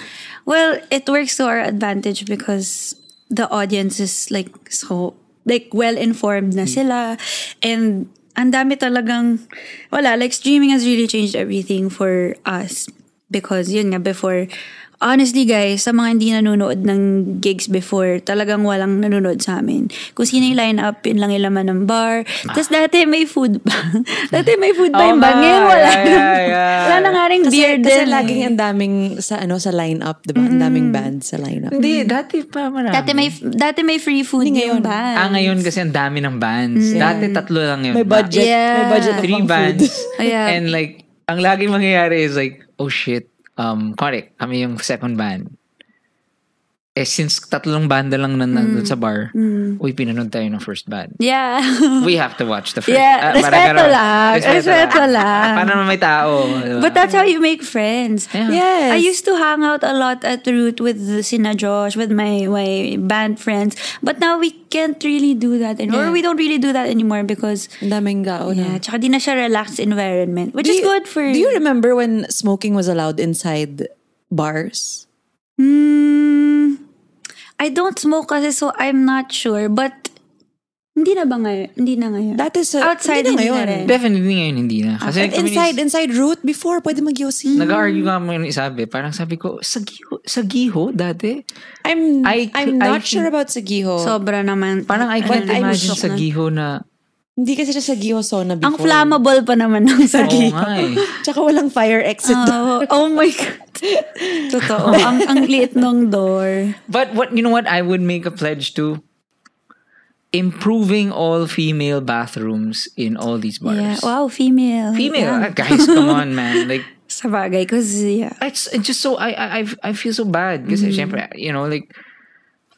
S2: well, it works to our advantage because the audience is like so like well informed na sila and ang dami talagang wala like streaming has really changed everything for us because yun nga before honestly guys sa mga hindi nanonood ng gigs before talagang walang nanonood sa amin kung sino yung line up yun lang yung laman ng bar tapos dati may food pa dati may food pa
S3: Oo
S2: yung
S3: nga,
S2: bang ngayon wala
S3: Oh, yeah, yeah, yeah.
S2: wala na nga rin
S1: Kasi,
S2: beer
S1: kasi
S2: din
S1: laging
S3: eh.
S1: ang daming sa ano sa lineup, 'di ba? Ang
S2: Mm.
S1: daming band sa lineup.
S3: Hindi, dati pa marami.
S2: dati may dati may free food yung band
S3: Hmm. Ah, ngayon kasi ang dami ng bands. Dati tatlo lang yun.
S1: May budget, may
S2: Yeah.
S1: budget
S3: Na, three
S1: akong food.
S3: bands.
S2: [LAUGHS] Yeah.
S3: And like, ang laging mangyayari is like, oh shit, um, correct, kami yung second band. Eh, since tatlong banda lang na
S2: Mm.
S3: nandun sa bar, uy, pinanood tayo ng first band. [LAUGHS]
S2: yeah
S3: We have to watch the first. Ah,
S2: Yeah,
S3: parang
S2: respeto
S3: ganun.
S2: lang,
S3: [LAUGHS]
S2: respeto lang.
S3: Para naman may tao. diba?
S2: But that's how you make friends.
S3: Yeah.
S1: Yes.
S2: I used to hang out a lot at the root with the Sina Josh, with my, my band friends. But now we can't really do that anymore.
S1: Yeah.
S2: We don't really do that anymore because,
S1: [LAUGHS] Ang daming gao na.
S2: yeah, tsaka di na siya relaxed environment. Which
S1: Do
S2: is
S1: you-
S2: good for...
S1: Do you remember when smoking was allowed inside bars?
S2: Hmm, I don't smoke kasi so I'm not sure. But, hindi na ba ngayon? Hindi na ngayon.
S1: That is a,
S2: Outside,
S1: hindi na
S2: hindi na
S1: ngayon.
S2: rin.
S3: Definitely ngayon hindi na. Kasi
S1: And
S3: kami ni-
S1: inside, inside route, before, pwede mag-yosi.
S3: Nag-argue nga mo yung isabi. Parang sabi ko, sa giho, sa giho dati?
S1: I'm,
S3: I-
S1: I'm
S3: I
S1: not
S3: think-
S1: sure about Sagiho.
S2: Sobra naman.
S3: Parang I can't
S1: But I'm
S3: imagine
S2: shocked
S3: sa
S2: na.
S3: giho na,
S1: Hindi kasi siya Sagiho sauna before.
S2: Ang flammable pa naman ng
S3: oo
S2: sagi.
S3: nga eh.
S1: Tsaka walang fire exit.
S2: Oh, oh my God. Totoo. ang, ang liit nung door.
S3: But what you know what I would make a pledge to? Improving all female bathrooms in all these bars.
S2: Yeah. Wow, female.
S3: Female
S2: Yeah.
S3: ah, [LAUGHS] guys,
S2: [LAUGHS]
S3: come on, man. Like
S2: Sa bagay, cause yeah.
S3: it's, it's just so I I I've- I feel so bad kasi
S2: Mm-hmm.
S3: syempre, you know like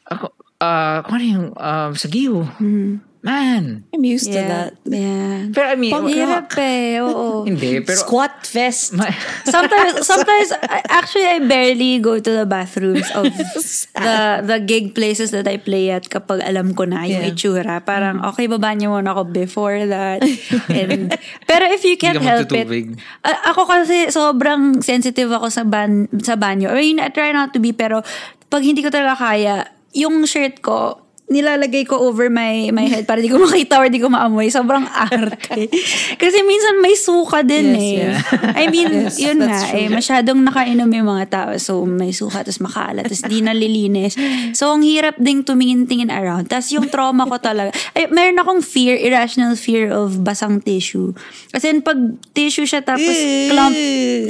S3: ako uh kung ano yung um, sa Giho.
S2: Mm-hmm.
S3: Man.
S1: I'm used to
S2: Ah, yeah.
S1: that.
S2: Yeah.
S3: Pero I mean, [LAUGHS]
S1: Pang-
S2: Hirap eh, oo.
S3: hindi pero [LAUGHS]
S1: Squat fest.
S3: ma-
S1: [LAUGHS]
S2: Sometimes, sometimes, I, actually, I barely go to the bathrooms of
S1: [LAUGHS]
S2: the the gig places that I play at kapag alam ko na yung
S1: Yeah. Mm.
S2: itsura. Parang, okay, baba niyo muna ako before
S1: [LAUGHS]
S2: that. And, pero if you
S3: ka
S2: can't help it,
S3: magtutubig.
S2: A- ako kasi sobrang sensitive ako sa ban sa banyo. I mean, I try not to be pero pag hindi ko talaga kaya, yung shirt ko nilalagay ko over my my head para di ko makita or di ko maamoy. Sobrang arte.
S1: [LAUGHS]
S2: Kasi minsan may suka din
S1: Yes,
S2: eh.
S1: yeah.
S2: I mean,
S1: Yes,
S2: yun
S1: that's
S2: nga
S1: true.
S2: eh. Masyadong nakainom yung mga tao. So, may suka, tapos makalat, tapos di nalilinis. So, ang hirap ding tumingin-tingin around. Tapos yung trauma ko talaga. Ay, meron akong fear, irrational fear of basang tissue. Kasi pag tissue siya tapos
S1: Eh.
S2: clump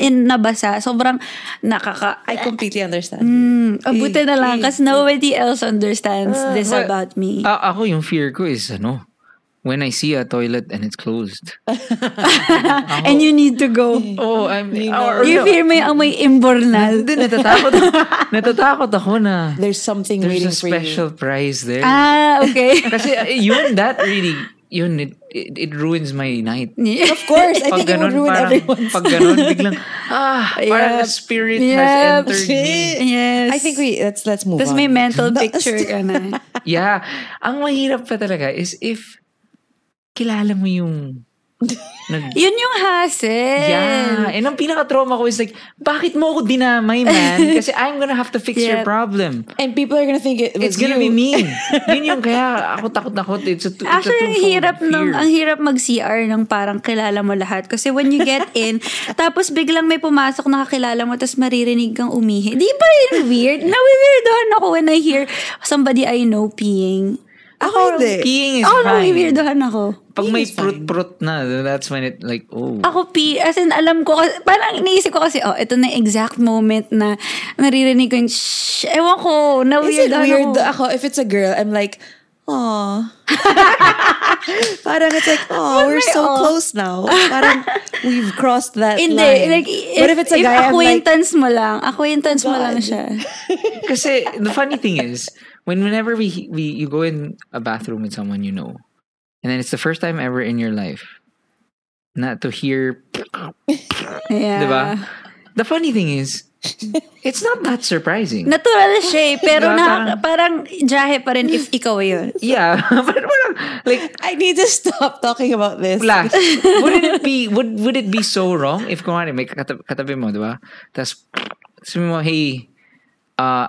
S2: in nabasa, sobrang nakaka...
S1: I completely understand.
S2: Mm. Abuti
S1: Eh,
S2: na lang kasi nobody else understands
S1: Ah,
S2: this
S3: well,
S2: about me.
S3: A- ako yung fear ko is ano, when I see a toilet and it's closed.
S2: Ah, And you need to go.
S1: Eh.
S3: Oh, I'm or, or
S2: You fear may amoy imbornal.
S3: Hindi, natatakot, natatakot ako na
S1: There's something
S3: there's
S1: waiting
S3: a special prize there.
S2: [LAUGHS] Ah, okay.
S3: Kasi uh, yun, that really, yun, it, it, it ruins my night.
S2: Mm,
S1: for you. Of course, I think it would ruin
S3: parang,
S1: everyone's.
S3: pag ganun, biglang, ah, parang the
S2: Yep.
S3: spirit
S2: Yep.
S3: has entered
S2: [LAUGHS]
S3: me.
S2: Yes.
S1: [LAUGHS] I think we let's let's move
S2: Tapos
S1: on.
S2: may
S1: [LAUGHS]
S2: mental picture ka na.
S3: Yeah. Ang mahirap pa talaga is if kilala mo yung nag-
S2: Yun yung hassle.
S3: Yeah. And ang pinaka-trauma ko is like, bakit mo ako dinamay, man? Kasi I'm gonna have to fix your
S2: Yep.
S3: problem.
S1: and people are gonna think it was
S3: It's gonna be
S1: you.
S3: mean. Yun yung kaya ako takot na takot. It's a, two- it's a
S2: Actually, ang
S3: twofold
S2: hirap
S3: fear.
S2: ng, ano ang hirap mag-CR ng parang kilala mo lahat. Kasi when you get in,
S1: [LAUGHS]
S2: tapos biglang may pumasok na kakilala mo, tapos maririnig kang umihi. Di ba yun
S1: [LAUGHS]
S2: weird? Nawiwirdohan ako when I hear somebody I know peeing.
S1: Ako hindi.
S3: Peeing is
S2: Oh,
S3: fine.
S2: nawiwirdohan ako.
S3: Pag may
S1: Peeing is fine.
S3: prut-prut na, that's when it like, oh.
S2: Ako pee, as in alam ko, kasi- parang iniisip ko kasi, oh, ito na yung exact moment na naririnig ko yung shh, ewan ko,
S1: Is it
S2: na-weirdohan
S1: weird
S2: ako.
S1: ako if it's a girl? I'm like,
S2: [LAUGHS]
S1: aw. Parang it's like, oh, we're
S2: may
S1: so
S2: aw?
S1: close now. Parang we've crossed that
S2: Hindi,
S1: line.
S2: like, if,
S1: but if it's a guy, I'm like,
S2: acquaintance mo lang, acquaintance mo lang
S1: God.
S2: siya.
S3: Kasi eh, the funny thing is, when whenever we, we you go in a bathroom with someone you know, and then it's the first time ever in your life not to hear, di
S2: Yeah.
S3: ba? The funny thing is, it's not that surprising.
S2: Natural siya eh, pero
S3: Diba?
S2: na, parang jahe pa rin if ikaw yun.
S3: yeah, [LAUGHS] but walang, like,
S1: I need to [LAUGHS] stop talking about this.
S3: Wala. would it be would would it be so wrong if kumari may katab- katabi mo, 'di ba? Tapos sabi mo, "Hey, uh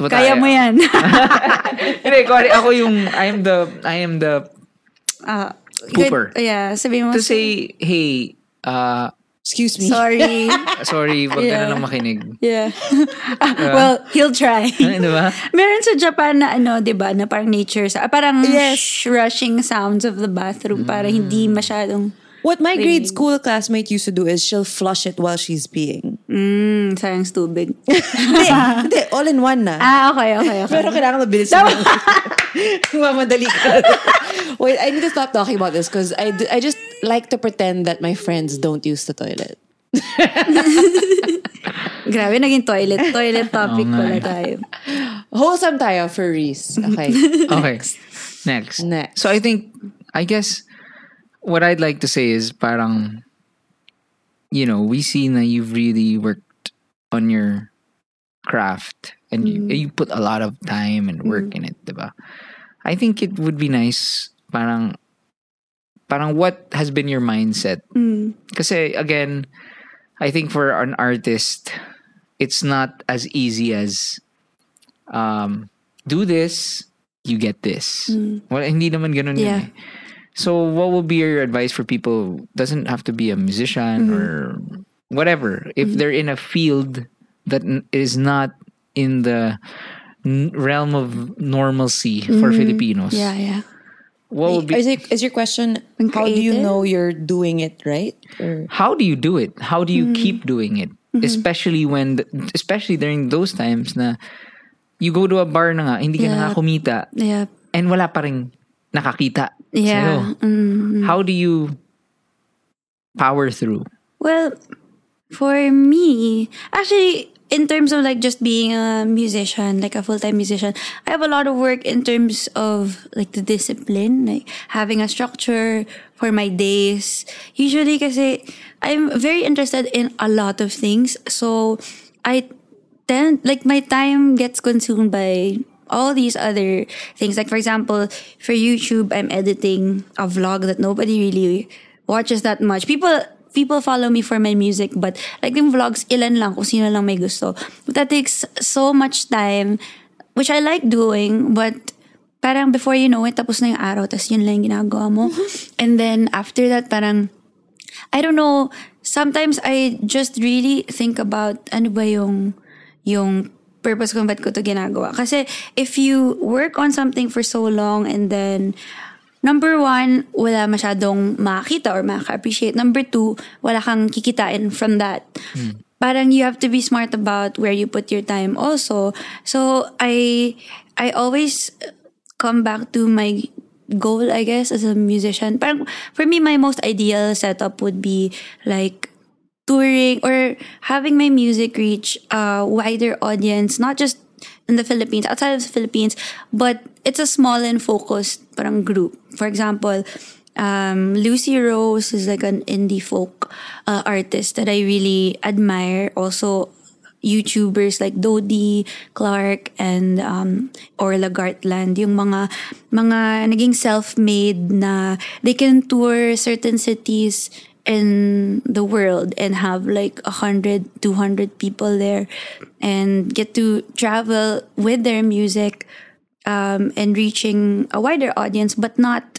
S3: pa
S2: Kaya
S3: tayo.
S2: mo
S1: [LAUGHS]
S2: yan.
S3: Hindi, kuwari, ako yung, I am the, I am the,
S2: Ah,
S3: Pooper.
S2: good- yeah, sabi mo.
S3: to say, hey, uh,
S1: Excuse me.
S2: Sorry.
S1: [LAUGHS]
S3: sorry, wag ka na
S2: Yeah.
S3: lang makinig.
S2: yeah. Ah,
S1: Diba?
S2: [LAUGHS] well, he'll try.
S3: Ano ba?
S2: Meron sa Japan na ano, 'di ba, na parang nature, sa, parang sh- rushing sounds of the bathroom para hindi masyadong
S1: What my grade school classmate used to do is she'll flush it while she's peeing.
S2: mm, sayang tubig.
S1: [LAUGHS] Hindi, hindi, all in one na.
S2: [LAUGHS] ah, okay, okay, okay.
S1: Pero kailangan mabilis mo. [LAUGHS] Mamadali ka. Wait, I need to stop talking about this because I, d- I just like to pretend that my friends don't use the toilet.
S2: Grabe, naging toilet. Toilet
S3: [LAUGHS]
S2: topic
S3: Oo nga
S2: pala
S3: eh.
S2: tayo.
S1: Wholesome tayo for Reese. [LAUGHS] Okay.
S3: Okay. Next.
S1: Next.
S3: So I think, I guess, what I'd like to say is parang, you know, we see that you've really worked on your craft and you, you put a lot of time and work in it, diba? I think it would be nice, parang, parang what has been your mindset?
S2: Mm.
S3: Kasi again, I think for an artist, it's not as easy as um, do this, you get this. Well, hindi naman ganun
S2: Mm. Yeah.
S3: yun eh. So what would be your advice for people doesn't have to be a
S2: Mm.
S3: musician or whatever if they're in a field that n- is not in the n- realm of normalcy for Filipinos.
S2: Mm-hmm. Yeah, yeah.
S3: What would be
S1: is, it, is your question,
S2: Been
S1: how do you
S2: creative?
S1: know you're doing it right? Or,
S3: how do you do it? How do you
S1: Mm-hmm.
S3: keep doing it? Especially when th- especially during those times na you go to a bar na nga, hindi ka na nga
S2: Yeah.
S3: kumita
S2: Yeah.
S3: and wala pa rin nakakita.
S2: Yeah.
S3: sa'yo.
S1: Mm-hmm.
S3: How do you power through?
S2: Well, for me, actually, in terms of like just being a musician, like a full time musician, I have a lot of work in terms of like the discipline, like having a structure for my days. Usually, kasi I'm very interested in a lot of things. So I tend, like, my time gets consumed by all these other things. Like, for example, for YouTube, I'm editing a vlog that nobody really watches that much. People people follow me for my music, but like yung vlogs, ilan lang kung sino lang may gusto. But that takes so much time, which I like doing, but parang before you know it, tapos na yung araw, tas yun lang yung ginagawa mo. And then after that, parang I don't know. Sometimes I just really think about ano ba yung yung purpose kung ba't ko to ginagawa. Kasi if you work on something for so long and then number one, wala masyadong makakita or makaka-appreciate. Number two, wala kang kikitain from that. Parang you have to be smart about where you put your time also. So I I always come back to my goal, I guess, as a musician. Parang, for me, my most ideal setup would be like touring or having my music reach a wider audience, not just in the Philippines, outside of the Philippines, but it's a small and focused parang group. For example, um, Lucy Rose is like an indie folk uh, artist that I really admire. Also, YouTubers like Dodie, Clark, and um, Orla Gartland. Yung mga, mga naging self-made na they can tour certain cities in the world and have like 100, 200 people there and get to travel with their music um, and reaching a wider audience, but not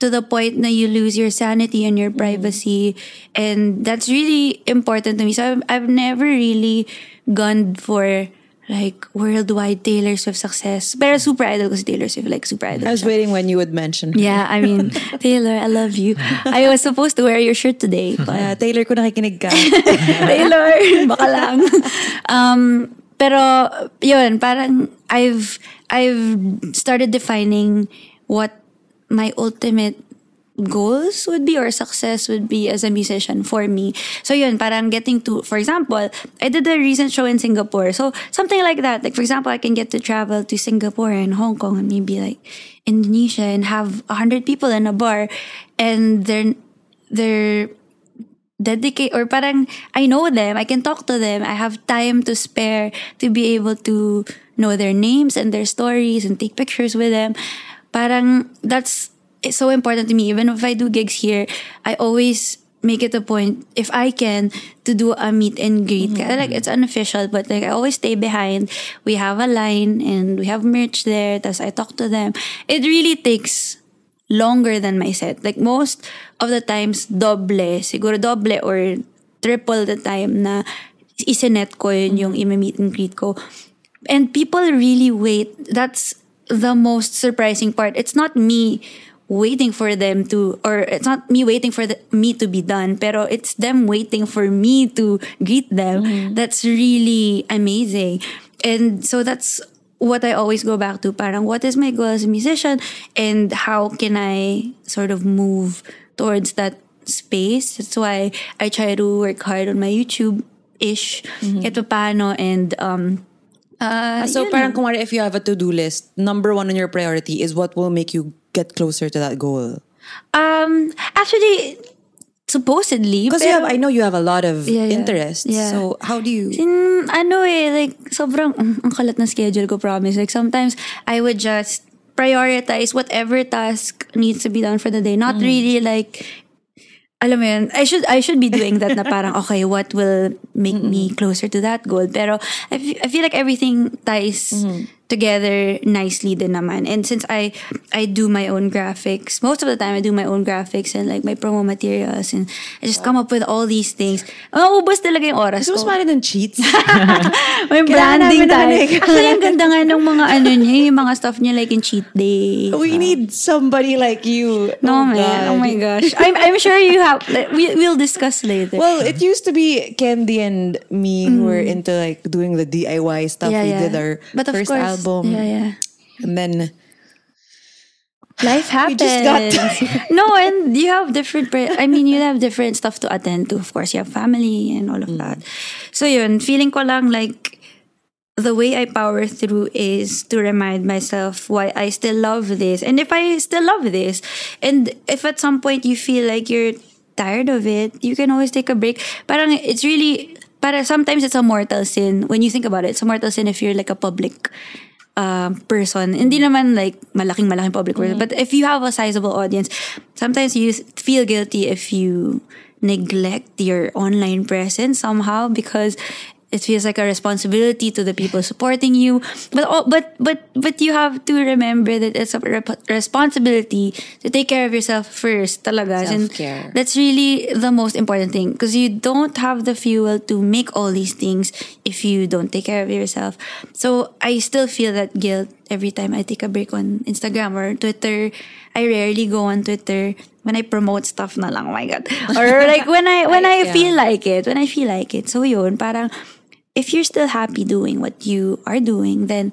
S2: to the point na you lose your sanity and your privacy. And that's really important to me. So I've, I've never really gunned for like worldwide Taylor Swift success. Pero super idol ko si Taylor Swift. Like super idol.
S1: I was
S2: siya.
S1: waiting when you would mention.
S2: Yeah, I mean, Taylor, I love you. I was supposed to wear your shirt today, but
S1: Uh, Taylor, kung nakikinig ka.
S2: [LAUGHS] Taylor, baka lang. Um, pero yun, parang I've I've started defining what my ultimate goals would be or success would be as a musician for me. So yun, parang getting to, for example, I did a recent show in Singapore. So something like that. Like for example, I can get to travel to Singapore and Hong Kong and maybe like Indonesia and have 100 people in a bar and they're, they're dedicate or parang I know them, I can talk to them, I have time to spare to be able to know their names and their stories and take pictures with them. Parang that's it's so important to me. Even if I do gigs here, I always make it a point if I can to do a meet and greet. Kaya, like it's unofficial, but like I always stay behind. We have a line and we have merch there. Tas I talk to them. It really takes longer than my set. Like most of the times, doble. Siguro doble or triple the time na isinet ko yun yung imi-meet and greet ko. And people really wait. That's the most surprising part. It's not me waiting for them to or it's not me waiting for the, me to be done pero it's them waiting for me to greet them that's really amazing and so that's what I always go back to parang what is my goal as a musician and how can I sort of move towards that space that's why I try to work hard on my YouTube ish kahit paano and um uh,
S1: Mm-hmm. Ah, So
S2: yun
S1: parang kumari, if you have a to-do list, number one on your priority is what will make you get closer to that goal.
S2: Um, actually, supposedly.
S1: Because you
S2: pero-
S1: have, I know you have a lot of
S2: Yeah, yeah.
S1: interests.
S2: Yeah.
S1: So how do you?
S2: Mm, ano eh, like, sobrang, mm, ang kalat na schedule ko, promise. Like, sometimes, I would just prioritize whatever task needs to be done for the day. Not really like, alam mo yun, I should, I should be doing that na parang, [LAUGHS] okay, what will make me closer to that goal? Pero, I fe- I feel like everything ties together nicely din naman. And since I, I do my own graphics, most of the time I do my own graphics and like my promo materials and I just come up with all these things. Mauubos talaga yung oras
S1: Gusto
S2: ko.
S1: mo sumali ng cheats?
S2: [LAUGHS] May
S1: Kailangan namin
S2: branding tayo.
S1: naman eh.
S2: [LAUGHS] Actually, ang ganda nga ng mga ano niya, yung mga stuff niya like in cheat
S1: [LAUGHS]
S2: day.
S1: We need somebody like you.
S2: No,
S1: Oh,
S2: man.
S1: God.
S2: Oh my gosh. I'm, I'm sure you have, like, we, we'll discuss later.
S1: Well, it used to be Candy and me
S2: Mm-hmm.
S1: who were into like doing the DIY stuff. we did our
S2: But of
S1: first
S2: course,
S1: album,
S2: Yeah, yeah.
S1: and then [LAUGHS]
S2: Life
S1: We
S2: happens.
S1: just got-
S2: [LAUGHS] no, and you have different. Pre- I mean, you have different stuff to attend to. Of course, you have family
S1: Mm.
S2: and all of that. So yun, feeling ko lang like the way I power through is to remind myself why I still love this, and if I still love this, and if at some point you feel like you're tired of it, you can always take a break. Parang it's really. Para sometimes it's a mortal sin when you think about it. It's a mortal sin if you're like a public um, person. Hindi naman like malaking malaking public person, but if you have a sizable audience, sometimes you s- feel guilty if you neglect your online presence somehow because it feels like a responsibility to the people supporting you. But all, but but but you have to remember that it's a rep- responsibility to take care of yourself first, talaga. As in,
S1: Self-care.
S2: that's really the most important thing because you don't have the fuel to make all these things if you don't take care of yourself. So I still feel that guilt every time I take a break on Instagram or Twitter. I rarely go on Twitter when I promote stuff na lang. Oh my god. Or like when I when I,
S1: yeah.
S2: feel like it, when I feel like it. So yun, parang if you're still happy doing what you are doing, then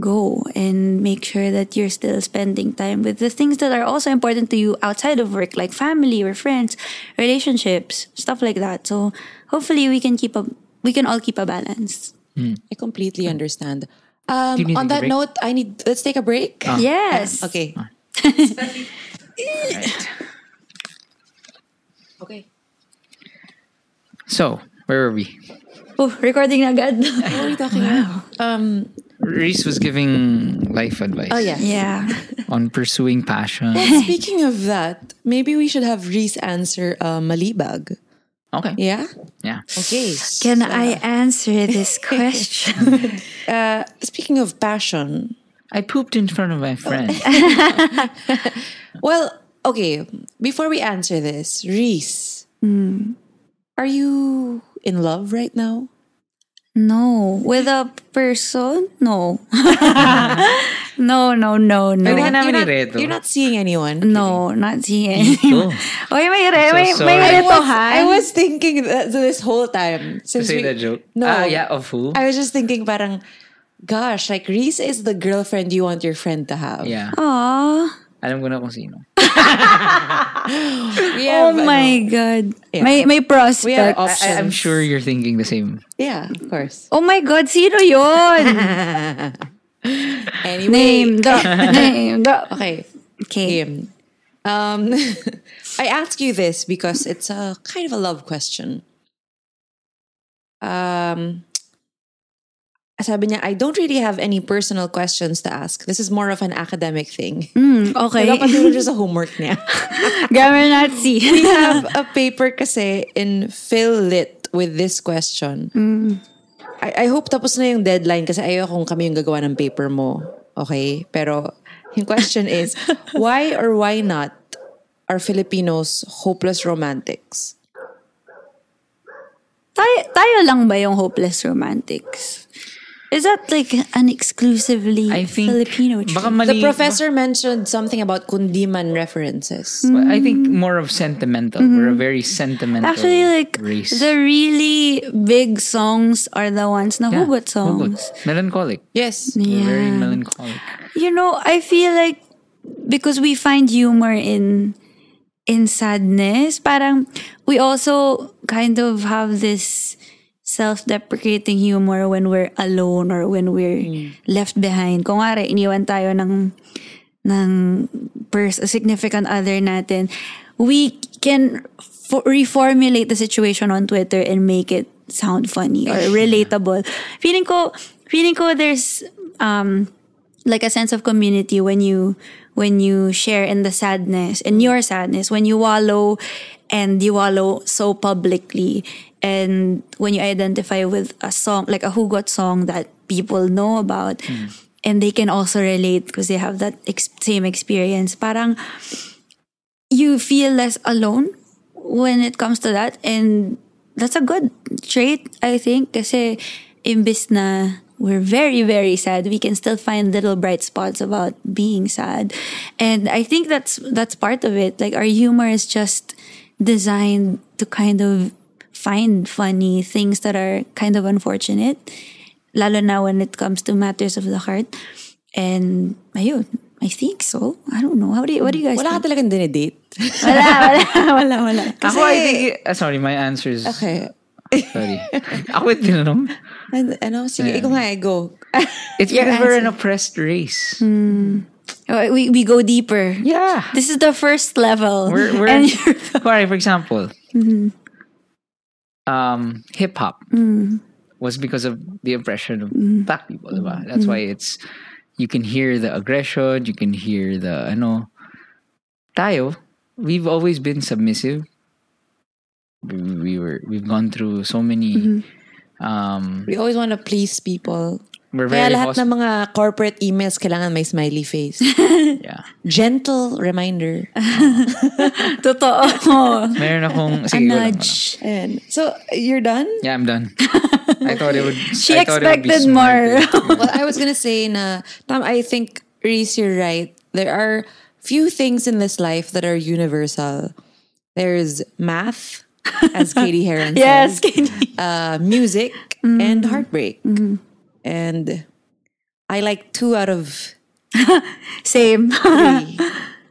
S2: go and make sure that you're still spending time with the things that are also important to you outside of work, like family or friends, relationships, stuff like that. So hopefully we can keep a we can all keep a balance.
S1: I completely understand.
S3: Do you
S1: Um,
S3: need to
S1: on
S3: take a
S1: that
S3: break? Uh-huh.
S1: note, I need let's take a break.
S3: Ah.
S2: Yes.
S1: Okay. [LAUGHS] okay.
S3: So, where were we?
S2: Oh, recording na
S3: [LAUGHS]
S2: agad.
S1: What are we talking about? Um.
S3: Reese was giving life advice
S1: Oh
S2: [LAUGHS]
S1: yeah.
S2: yeah.
S3: on pursuing passion.
S1: Speaking of that, maybe we should have Reese answer uh, Malibag.
S3: Okay.
S1: Yeah.
S3: Yeah.
S1: Okay.
S2: Can I answer this question?
S1: Speaking of passion,
S3: I pooped in front of my
S1: Oh. [LAUGHS]
S3: friend.
S1: Well, okay. Before we answer this, Reese, are you in love right now?
S2: [LAUGHS] no. With a person? No. [LAUGHS] no, no, no, no.
S3: Pwede ka namin
S1: you're,
S3: i-reto.
S1: not, you're not seeing anyone.
S2: No, not
S3: [LAUGHS]
S2: seeing.
S3: Oh,
S2: Oy, may re, may,
S3: So
S2: may
S3: sorry.
S1: I was,
S2: retohan.
S1: I was thinking that this whole time.
S3: to
S1: Since
S3: say
S1: we-
S3: that joke.
S1: No.
S3: Ah, yeah, of who?
S1: I was just thinking, parang, gosh, like Reese is the girlfriend you want your friend to have.
S3: yeah.
S2: Aw.
S3: Alam ko na kung sino.
S1: We have,
S2: oh
S1: ano,
S2: my god. May may prospect.
S1: We have
S3: I,
S1: options.
S3: I'm sure you're thinking the same.
S1: Yeah, of course.
S2: oh my god, sino 'yon?
S1: Anyway.
S2: name
S1: [LAUGHS]
S2: drop. name drop.
S1: Okay.
S2: Okay.
S1: Game. Um, [LAUGHS] I ask you this because it's a kind of a love question. Um, sabi niya, I don't really have any personal questions to ask. This is more of an academic thing.
S2: Mm. Okay.
S1: Nagpapatulog siya sa homework niya.
S2: Grammar Nazi.
S1: We have a paper kasi in Phil Lit with this question. I, I hope tapos na yung deadline kasi ayaw kung kami yung gagawa ng paper mo. Okay? Pero yung question [LAUGHS] is, why or why not are Filipinos hopeless romantics?
S2: [LAUGHS] tayo, tayo lang ba yung hopeless romantics? Is that like an exclusively
S3: I think,
S2: Filipino trait?
S3: baka mali,
S1: The professor mentioned something about kundiman references.
S3: I think more of sentimental. We're a very sentimental
S2: Mm-hmm. Actually, like
S3: race.
S2: the really big songs are the ones na
S3: Yeah, hugot.
S2: hugot songs.
S3: Melancholic.
S1: Yes.
S3: We're very
S2: Yeah.
S3: melancholic.
S2: You know, I feel like because we find humor in in sadness, parang we also kind of have this self-deprecating humor when we're alone or when we're left behind. Kung nga iniwan tayo ng ng pers- significant other natin, we can fo- reformulate the situation on Twitter and make it sound funny or relatable. Feeling ko, feeling ko there's um, like a sense of community when you when you share in the sadness in your sadness when you wallow and you wallow so publicly and when you identify with a song like a who got song that people know about and they can also relate because they have that ex- same experience parang you feel less alone when it comes to that and that's a good trait I think kasi imbis na we're very very sad we can still find little bright spots about being sad and I think that's that's part of it like our humor is just designed to kind of find funny things that are kind of unfortunate lalo na when it comes to matters of the heart and ayun I think so. I don't know. How do you, what do you guys
S1: Wala
S2: think?
S1: ka talagang dinedate.
S2: Wala,
S1: [LAUGHS]
S2: wala, wala, wala.
S3: Ako, I think, ah, sorry, my answer is,
S1: Okay.
S3: sorry. Ako yung tinanong.
S1: An- Ano? Sige, ikaw nga, eh, go.
S3: It's
S2: Your
S3: because we're an
S2: answer. Mm.
S3: oppressed race.
S2: Oh, We, we go deeper.
S3: Yeah.
S2: This is the first level.
S3: We're,
S2: [LAUGHS]
S3: we're,
S1: [LAUGHS]
S2: And you're-
S3: Kuwari, for example, um, hip hop was because of the oppression of black people, diba? That's why it's, you can hear the aggression, you can hear the, ano, tayo, we've always been submissive. We, we were, we've gone through so many, um,
S1: We always want to please people.
S3: we're
S1: Kaya
S3: very
S1: lahat
S3: hosp-
S1: ng mga corporate emails kailangan may smiley face.
S3: yeah.
S1: Gentle reminder.
S2: Totoo.
S3: Meron akong,
S2: A
S3: sige, go lang, go lang.
S2: nudge.
S1: Ayan. So, you're done?
S3: Yeah, I'm done. I thought it would.
S2: She
S3: I thought it would be
S2: expected more.
S3: smarter. [LAUGHS]
S1: well, I was gonna say na, Tom, I think, Reese, you're right. There are few things in this life that are universal. There's math,
S2: [LAUGHS]
S1: as Katie Heron says,
S2: Yes, Mm-hmm.
S1: [LAUGHS]
S2: Katie.
S1: uh, music, and heartbreak.
S2: Mm-hmm.
S1: And I like two out of
S2: Same.
S1: three.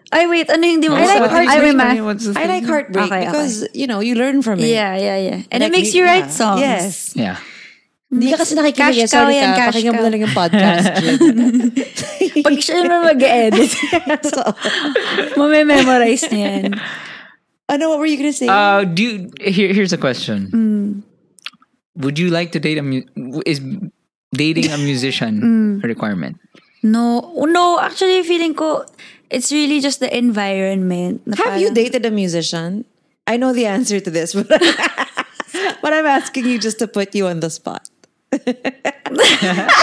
S2: Ay, wait. Ano yung di mo?
S1: I like
S2: What-
S1: heartbreak.
S2: I mean,
S3: I
S2: math.
S3: mean, what's the
S1: I like heartbreak
S2: Okay, okay.
S1: because, you know, you learn from it.
S2: Yeah, yeah, yeah. And it
S1: Like,
S2: makes
S1: we-
S2: you write
S1: yeah.
S2: songs.
S1: Yes.
S3: Yeah.
S1: Hindi ka kasi
S2: Cash
S1: nakikinig. eh.
S2: cow
S1: Sorry
S2: yan,
S1: ka.
S2: cash
S1: Pakinggan mo
S2: cow.
S1: na lang yung podcast.
S2: [LAUGHS]
S1: kid.
S2: [LAUGHS] Pag siya naman
S1: [LAUGHS]
S2: mag-edit,
S1: so,
S2: mamememorize niya yan.
S1: ano, what were you gonna say?
S3: Uh, do you, here? Here's a question.
S2: Mm.
S3: Would you like to date a mu- is dating a
S2: Mm.
S3: musician a requirement?
S2: No, no, actually feeling ko, it's really just the environment. na
S1: Have you
S2: parang-
S1: dated a musician? I know the answer to this, [LAUGHS] but, but I'm asking you just to put you on the spot.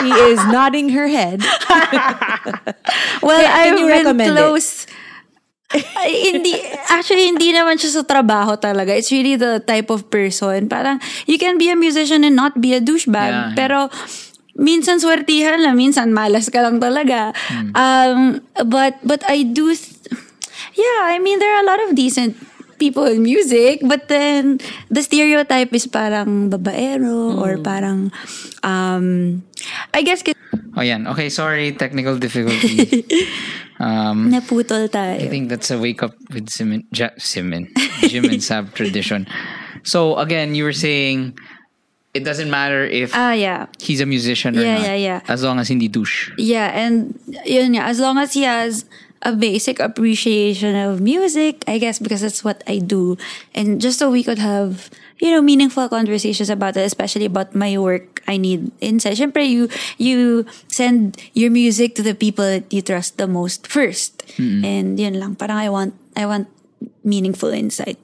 S1: she is nodding her head.
S2: Well,
S1: can
S2: I've
S1: you
S2: been
S1: recommend it?
S2: close. Ay, hindi, actually, hindi naman siya sa trabaho talaga. It's really the type of person. Parang, you can be a musician and not be a douchebag.
S3: Yeah, yeah.
S2: Pero, minsan swertihan lang, minsan malas ka lang talaga.
S1: Hmm.
S2: Um, but, but I do, th- yeah, I mean, there are a lot of decent people in music, but then, the stereotype is parang babaero
S1: Hmm.
S2: or parang, um, I guess, kasi
S3: Oh yeah. Okay. Sorry, technical
S2: [LAUGHS]
S3: difficulty.
S1: Hmm.
S3: um, I
S2: naputol tayo.
S3: think that's a wake up with Simin, ja, Simin, Jim and
S2: [LAUGHS]
S3: Sab tradition. So again, you were saying it doesn't matter if
S2: Ah, yeah.
S3: he's a musician or
S2: Yeah,
S3: not.
S2: yeah, yeah.
S3: As long as hindi douche.
S2: Yeah, and yun nga, as long as he has a basic appreciation of music, I guess, because that's what I do. And just so we could have, you know, meaningful conversations about it, especially about my work I need insight. Siyempre, you, you send your music to the people that you trust the most 1st And yun lang, parang I want, I want meaningful insight.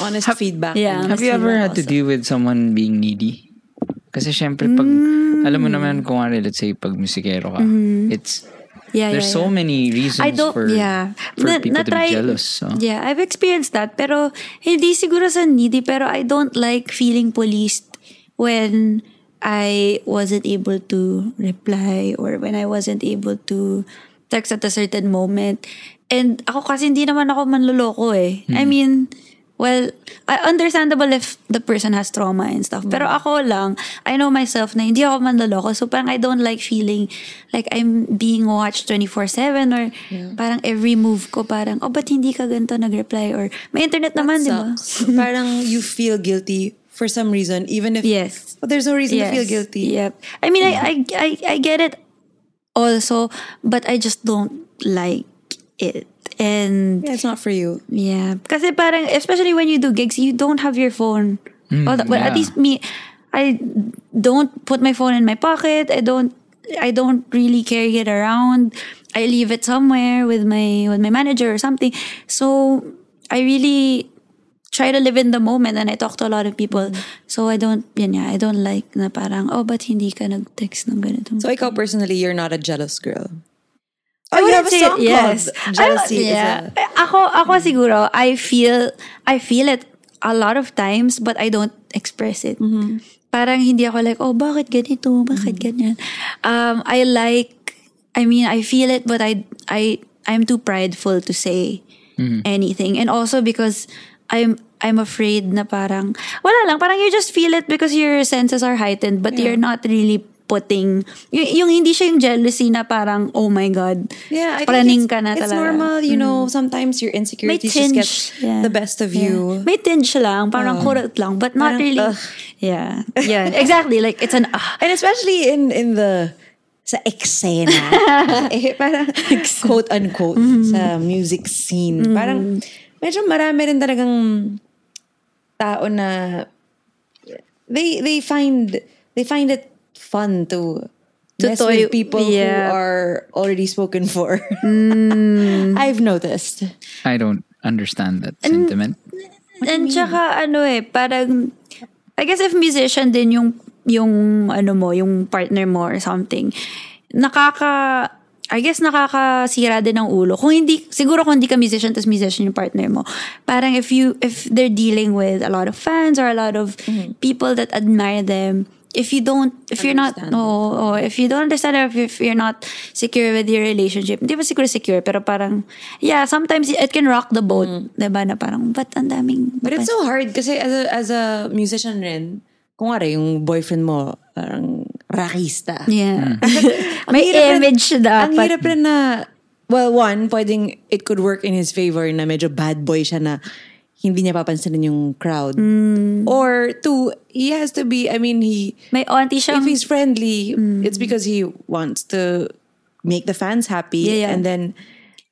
S1: Honest feedback.
S2: yeah.
S3: Have you ever had to deal with someone being needy? Kasi syempre pag,
S2: Mm.
S3: alam mo naman kung ano, let's say pag musikero ka,
S2: Mm-hmm.
S3: it's,
S2: [LAUGHS] yeah,
S3: there's
S2: yeah, yeah.
S3: so many reasons
S2: I don't,
S3: for,
S2: yeah.
S3: for
S2: Na-
S3: people
S2: natry-
S3: to be jealous. So.
S2: Yeah, I've experienced that. Pero hindi siguro sa needy, pero I don't like feeling policed when I wasn't able to reply or when I wasn't able to text at a certain moment. And ako kasi hindi naman ako manloloko eh.
S3: Mm.
S2: I mean, well, I understandable if the person has trauma and stuff. Pero
S1: Mm.
S2: ako lang, I know myself na hindi ako manloloko. So parang I don't like feeling like I'm being watched 24-7 or parang every move ko parang, oh, ba't hindi ka ganito nag-reply? Or may internet naman, di ba?
S1: Sucks. Parang you feel guilty for some reason, even if
S2: Yes.
S1: Well, there's no reason
S2: yes.
S1: to feel guilty. Mm.
S2: Yep. I mean, I, I, I, I get it also, but I just don't like it. And
S1: Yeah, it's not for you.
S2: Yeah. Kasi parang, especially when you do gigs, you don't have your phone. All the- well, at
S3: yeah.
S2: least me, I don't put my phone in my pocket. I don't, I don't really carry it around. I leave it somewhere with my, with my manager or something. So, I really try to live in the moment and I talk to a lot of people. So, I don't, yun nga, I don't like na parang, oh, ba't hindi ka nag-text ng ganito?
S1: So, ikaw personally, you're not a jealous girl. Oh,
S2: I
S1: you
S2: wouldn't
S1: have a
S2: say-
S1: song
S2: yes.
S1: called
S2: I-
S1: Jealousy. is
S2: yeah.
S1: a-
S2: Ako, ako siguro, I feel, I feel it a lot of times, but I don't express it.
S1: Mm-hmm.
S2: Parang hindi ako like, oh, bakit ganito? Bakit
S1: Mm.
S2: ganyan? Um, I like, I mean, I feel it, but I, I, I'm too prideful to say
S1: Mm-hmm.
S2: anything. And also because I'm, I'm afraid na parang, wala lang, parang you just feel it because your senses are heightened, but you're not really putting, y- yung hindi siya yung jealousy na parang, oh my God,
S1: yeah, I
S2: Praning
S1: think it's,
S2: ka na
S1: it's
S2: talaga. Mm.
S1: normal, you know, sometimes your
S2: May
S1: insecurities just
S2: tinge.
S1: get
S2: yeah.
S1: the best of
S2: Yeah.
S1: you. Ah.
S2: May tinge lang. Parang kurot lang. But not
S1: Parang, ah.
S2: really.
S1: ugh.
S2: Yeah. Yeah. Exactly. Like, it's an ah.
S1: And especially in, in the sa
S2: [LAUGHS]
S1: eksena, eh, parang quote unquote
S2: Mm-hmm.
S1: sa music scene. Parang medyo marami rin talagang tao na they they find they find it fun to
S2: To
S1: mess
S2: toy-
S1: with people
S2: yeah.
S1: who are already spoken for.
S2: Mm.
S1: [LAUGHS] I've noticed.
S3: I don't understand that sentiment.
S2: And tsaka, ano eh, parang, I guess if musician din yung, yung, ano mo, yung partner mo or something, nakaka, I guess nakakasira din ng ulo. Kung hindi, siguro kung hindi ka musician, tas musician yung partner mo. Parang if you, if they're dealing with a lot of fans or a lot of
S1: Mm-hmm.
S2: people that admire them, if you don't, if you're not,
S1: Understand.
S2: oh, oh, if you don't understand or if, if you're not secure with your relationship, hindi ba siguro secure, pero parang, yeah, sometimes it can rock the boat, diba, na parang, ba't ang daming,
S1: Mm. But it's so hard kasi as a, as a musician rin, kung nga yung boyfriend mo, parang rakista. [LAUGHS]
S2: Yeah.
S1: Ang
S2: May
S1: hirap rin-
S2: image
S1: Ang
S2: dapat.
S1: hirap rin na, well, one, pwedeng it could work in his favor na medyo bad boy siya na hindi niya papansinin yung crowd. Or two, he has to be, I mean, he,
S2: Hmm. May auntie siyang, Hmm.
S1: if he's friendly, it's because he wants to make the fans happy.
S2: Yeah, yeah.
S1: And then,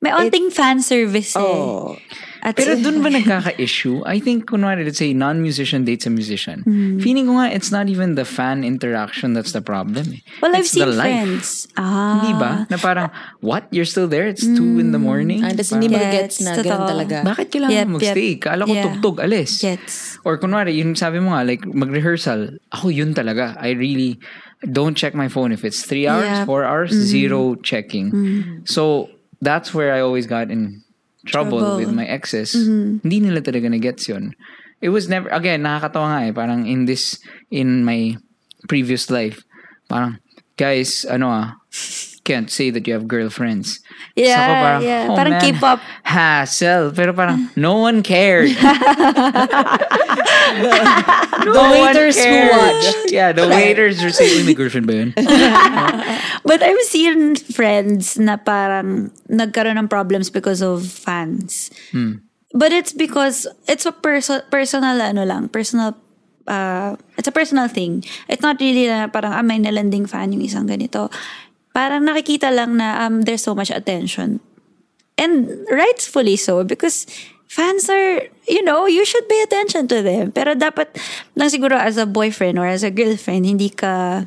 S2: may aunting fan service eh.
S1: oh,
S2: At,
S3: Pero dun ba nagkaka-issue? I think, kunwari, let's say, non-musician dates a musician.
S2: Hmm.
S3: Feeling ko nga, it's not even the fan interaction that's the problem. eh.
S2: well, I've
S3: it's
S2: seen
S3: the life.
S2: friends. Ah. Hmm.
S3: Di ba? Na parang, what? You're still there? It's 2 in the morning?
S1: and ah, tas hindi mo
S2: Parang-
S1: gets na
S2: Gets,
S1: ganun
S2: totoo.
S1: talaga.
S3: Bakit kailangan
S2: Yep,
S3: magstay?
S2: yep.
S3: Kala ko
S2: Yeah.
S3: tugtog, alis.
S2: Gets.
S3: Or kunwari, yun sabi mo nga, like, mag-rehearsal. Ako yun talaga. I really don't check my phone. If it's three hours,
S2: Yeah.
S3: four hours, zero checking.
S2: Mm-hmm.
S3: So, that's where I always got in trouble,
S2: Trouble. Mm-hmm.
S3: with my exes. Hindi nila talaga na-gets yun. It was never, again, nakakatawa nga eh. Parang in this, in my previous life, parang, guys, ano ah, can't say that you have girlfriends. So
S2: Yeah,
S3: ako
S2: yeah. Parang K-pop.
S3: Hassle. Pero parang, no one
S1: [LAUGHS]
S3: cared.
S1: The waiters who watch.
S3: Yeah, the waiters are saying, may girlfriend ba yun?
S2: But I've seen friends na parang nagkaroon ng problems because of fans. But it's because it's a perso- personal ano lang, personal uh, it's a personal thing. It's not really na parang ah, may nalanding fan yung isang ganito. Parang nakikita lang na um, there's so much attention And rightfully so because fans are, you know, you should pay attention to them. Pero dapat lang siguro as a boyfriend or as a girlfriend, hindi ka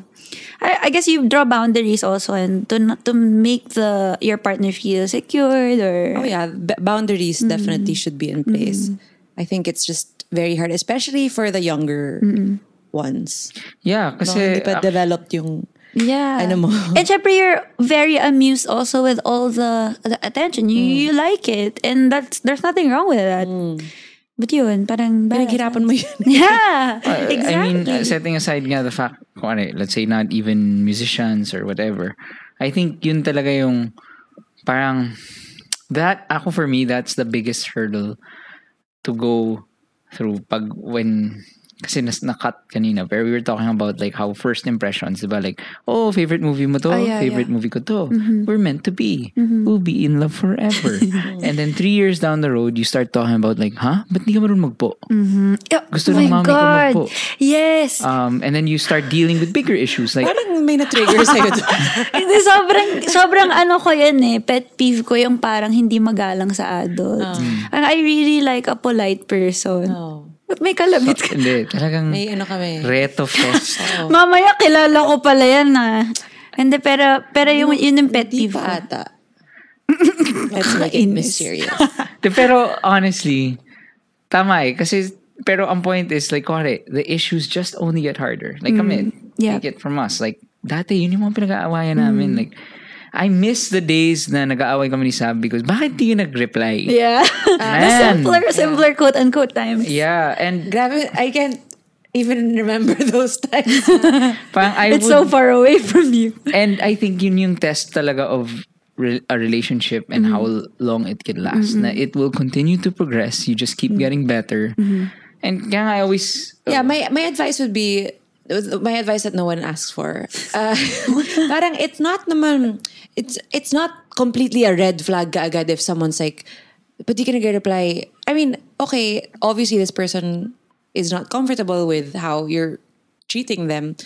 S2: I, I guess you draw boundaries also and to not, to make the your partner feel secured
S1: Oh
S2: or
S1: yeah, B- boundaries
S2: Hmm.
S1: definitely should be in place. I think it's just very hard, especially for the younger
S2: Hmm.
S1: ones.
S3: Yeah,
S1: No,
S3: kasi
S1: hindi pa
S3: ac-
S1: developed yung
S2: Yeah.
S1: Ano mo?
S2: And syempre, you're very amused also with all the, the attention. You,
S3: Mm.
S2: you like it. And that's there's nothing wrong with that. But yun, parang...
S1: pinaghirapan mo yun. [LAUGHS]
S2: [LAUGHS] Yeah,
S3: Uh,
S2: exactly.
S3: I mean, uh, setting aside nga the fact, kunwari, let's say not even musicians or whatever, I think yun talaga yung parang, that, ako for me, that's the biggest hurdle to go through pag when, kasi nas nakat kanina, pero we were talking about like how first impressions, diba? Like, oh, favorite movie mo to,
S2: Oh, yeah, Mm-hmm.
S3: favorite movie ko to. We're meant to be. We'll be in love
S2: [LAUGHS]
S3: forever. and then three years down the road, you start talking about like, huh? Ba't di ka marunong magpo?
S2: Yeah,
S3: gusto
S2: oh
S3: ng
S2: my
S3: mami ko
S2: God.
S3: magpo.
S2: Yes.
S3: Um, and then you start dealing with bigger issues like
S1: Parang may [LAUGHS] na-trigger sa'yo to.
S2: Hindi, sobrang, sobrang ano ko yan eh, pet peeve ko yung parang hindi magalang sa
S3: Ah.
S2: adults.
S3: Mm.
S2: And I really like a polite person.
S1: Oh.
S2: But may kalabit ka.
S3: [LAUGHS] hindi, talagang
S1: May ano
S2: eh.
S1: kami.
S3: reto
S2: [LAUGHS]
S3: fest.
S2: Mamaya kilala ko pala yan ah. Hindi, pero, pero yung, yun yung pet
S1: Di
S2: peeve
S1: pa
S2: ko.
S1: ata. [LAUGHS] Let's make it
S2: Nakakainis.
S1: mysterious.
S3: De, pero honestly, tama eh. Kasi, pero ang point is like, kore, the issues just only get harder. Like kami,
S2: Mm, yeah. Mm.
S3: take it from us. Like, dati yun yung mga pinag-aawayan namin. Like, I miss the days na nag-aaway kami ni Sab because bakit di ka nag-reply? [LAUGHS]
S2: Yeah. the
S3: Man.
S2: simpler, simpler quote-unquote times.
S3: Yeah, and
S1: Grabe, I can't even remember [LAUGHS] those times.
S3: parang I
S2: It's
S3: would
S2: so far away from you.
S3: And I think yun yung test talaga of re- a relationship
S1: Mm-hmm.
S3: and how l- long it can last. Na it will continue to progress. You just keep
S1: Mm-hmm.
S3: getting better. And kaya nga I always... uh,
S1: yeah, my my advice would be my advice that no one asks for. Uh, [LAUGHS] parang it's not naman it's it's not completely a red flag kaagad if someone's like but you can get reply. I mean, okay, obviously this person is not comfortable with how you're treating them.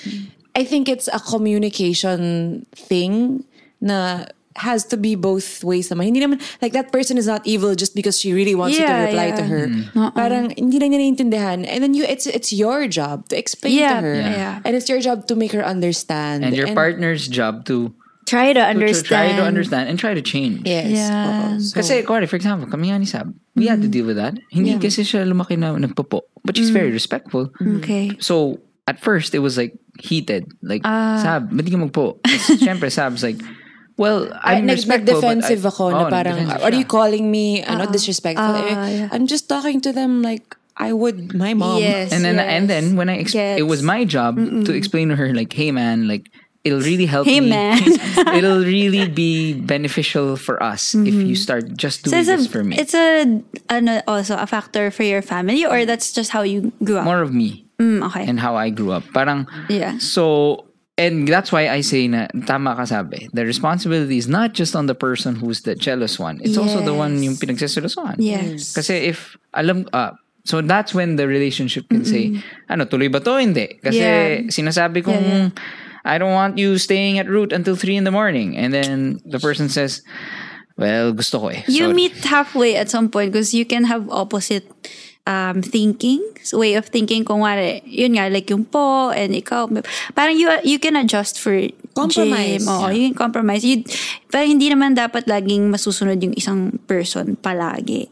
S1: I think it's a communication thing na has to be both ways naman. Hindi naman, like that person is not evil just because she really wants you to
S2: Yeah,
S1: reply to
S2: yeah.
S1: her. Mm. Parang hindi lang niya naiintindihan. And then you, it's it's your job to explain to
S2: Yeah,
S1: her.
S2: Yeah. yeah.
S1: And it's your job to make her understand.
S3: And your partner's job to,
S2: Try to
S3: to
S2: understand.
S3: try to understand and try to change.
S1: Yes.
S2: Yeah.
S1: oo. So, Mm-hmm.
S3: Kasi, kuwari, for example, kami nga ni Sab, we had to deal with that. Hindi kasi siya lumaki na nagpopo. But she's very
S1: Mm-hmm.
S3: respectful.
S2: Okay.
S3: So, at first, it was like heated. Like,
S1: Ah.
S3: Sab, ba't di ka magpo? Tapos, Siyempre, Sab's like, well,
S1: I,
S3: I'm
S1: nag,
S3: respectful. but
S1: nag-defensive
S3: I-
S1: ako
S3: Oo,
S1: na parang,
S3: nag-defensive
S1: are
S3: siya."
S1: you calling me ano, disrespectful? Eh,
S2: Ah, Uh-uh. yeah.
S1: I'm just talking to them like I would my mom.
S2: Yes.
S3: And then
S2: yes.
S3: and then when I exp-
S2: Gets.
S3: it was my job to explain to her like, hey man, like it'll really help
S2: Hey,
S3: me.
S2: man.
S3: [LAUGHS] it'll really be beneficial for us if you start just doing
S2: Mm-hmm. So it's a,
S3: this for me.
S2: it's a, ano, also a factor for your family or that's just how you grew up?
S3: Mm. More of me
S2: Mm, okay.
S3: and how I grew up. Parang
S2: Yeah.
S3: So and that's why I say na tama ka sabi. The responsibility is not just on the person who's the jealous one. It's also the one yung
S2: Yes.
S3: pinagseselosan.
S2: Yes.
S3: Kasi if alam ah, so that's when the relationship can say, ano, tuloy ba to? Hindi. Kasi
S2: Yeah.
S3: sinasabi kong,
S2: Yeah,
S3: I don't want you staying at root until 3 in the morning. And then the person says, well, gusto ko eh.
S2: you
S3: Sorry."
S2: meet halfway at some point because you can have opposite um, thinking, so way of thinking. Kung wari, yun nga, like yung po and ikaw. Parang you, you can adjust for
S1: Compromise.
S2: Jim. Oo, you can compromise. You, parang hindi naman dapat laging masusunod yung isang person palagi.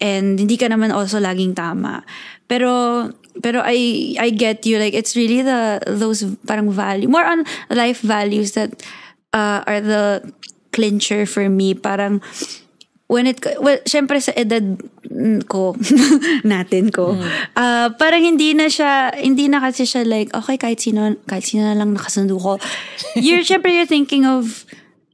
S2: And hindi ka naman also laging tama. Pero pero I I get you like it's really the those parang value more on life values that uh, are the clincher for me parang when it well syempre sa edad mm, ko [LAUGHS] natin ko ah parang hindi na siya hindi na kasi siya like okay kahit sino kahit sino na lang nakasundo ko you're syempre you're thinking of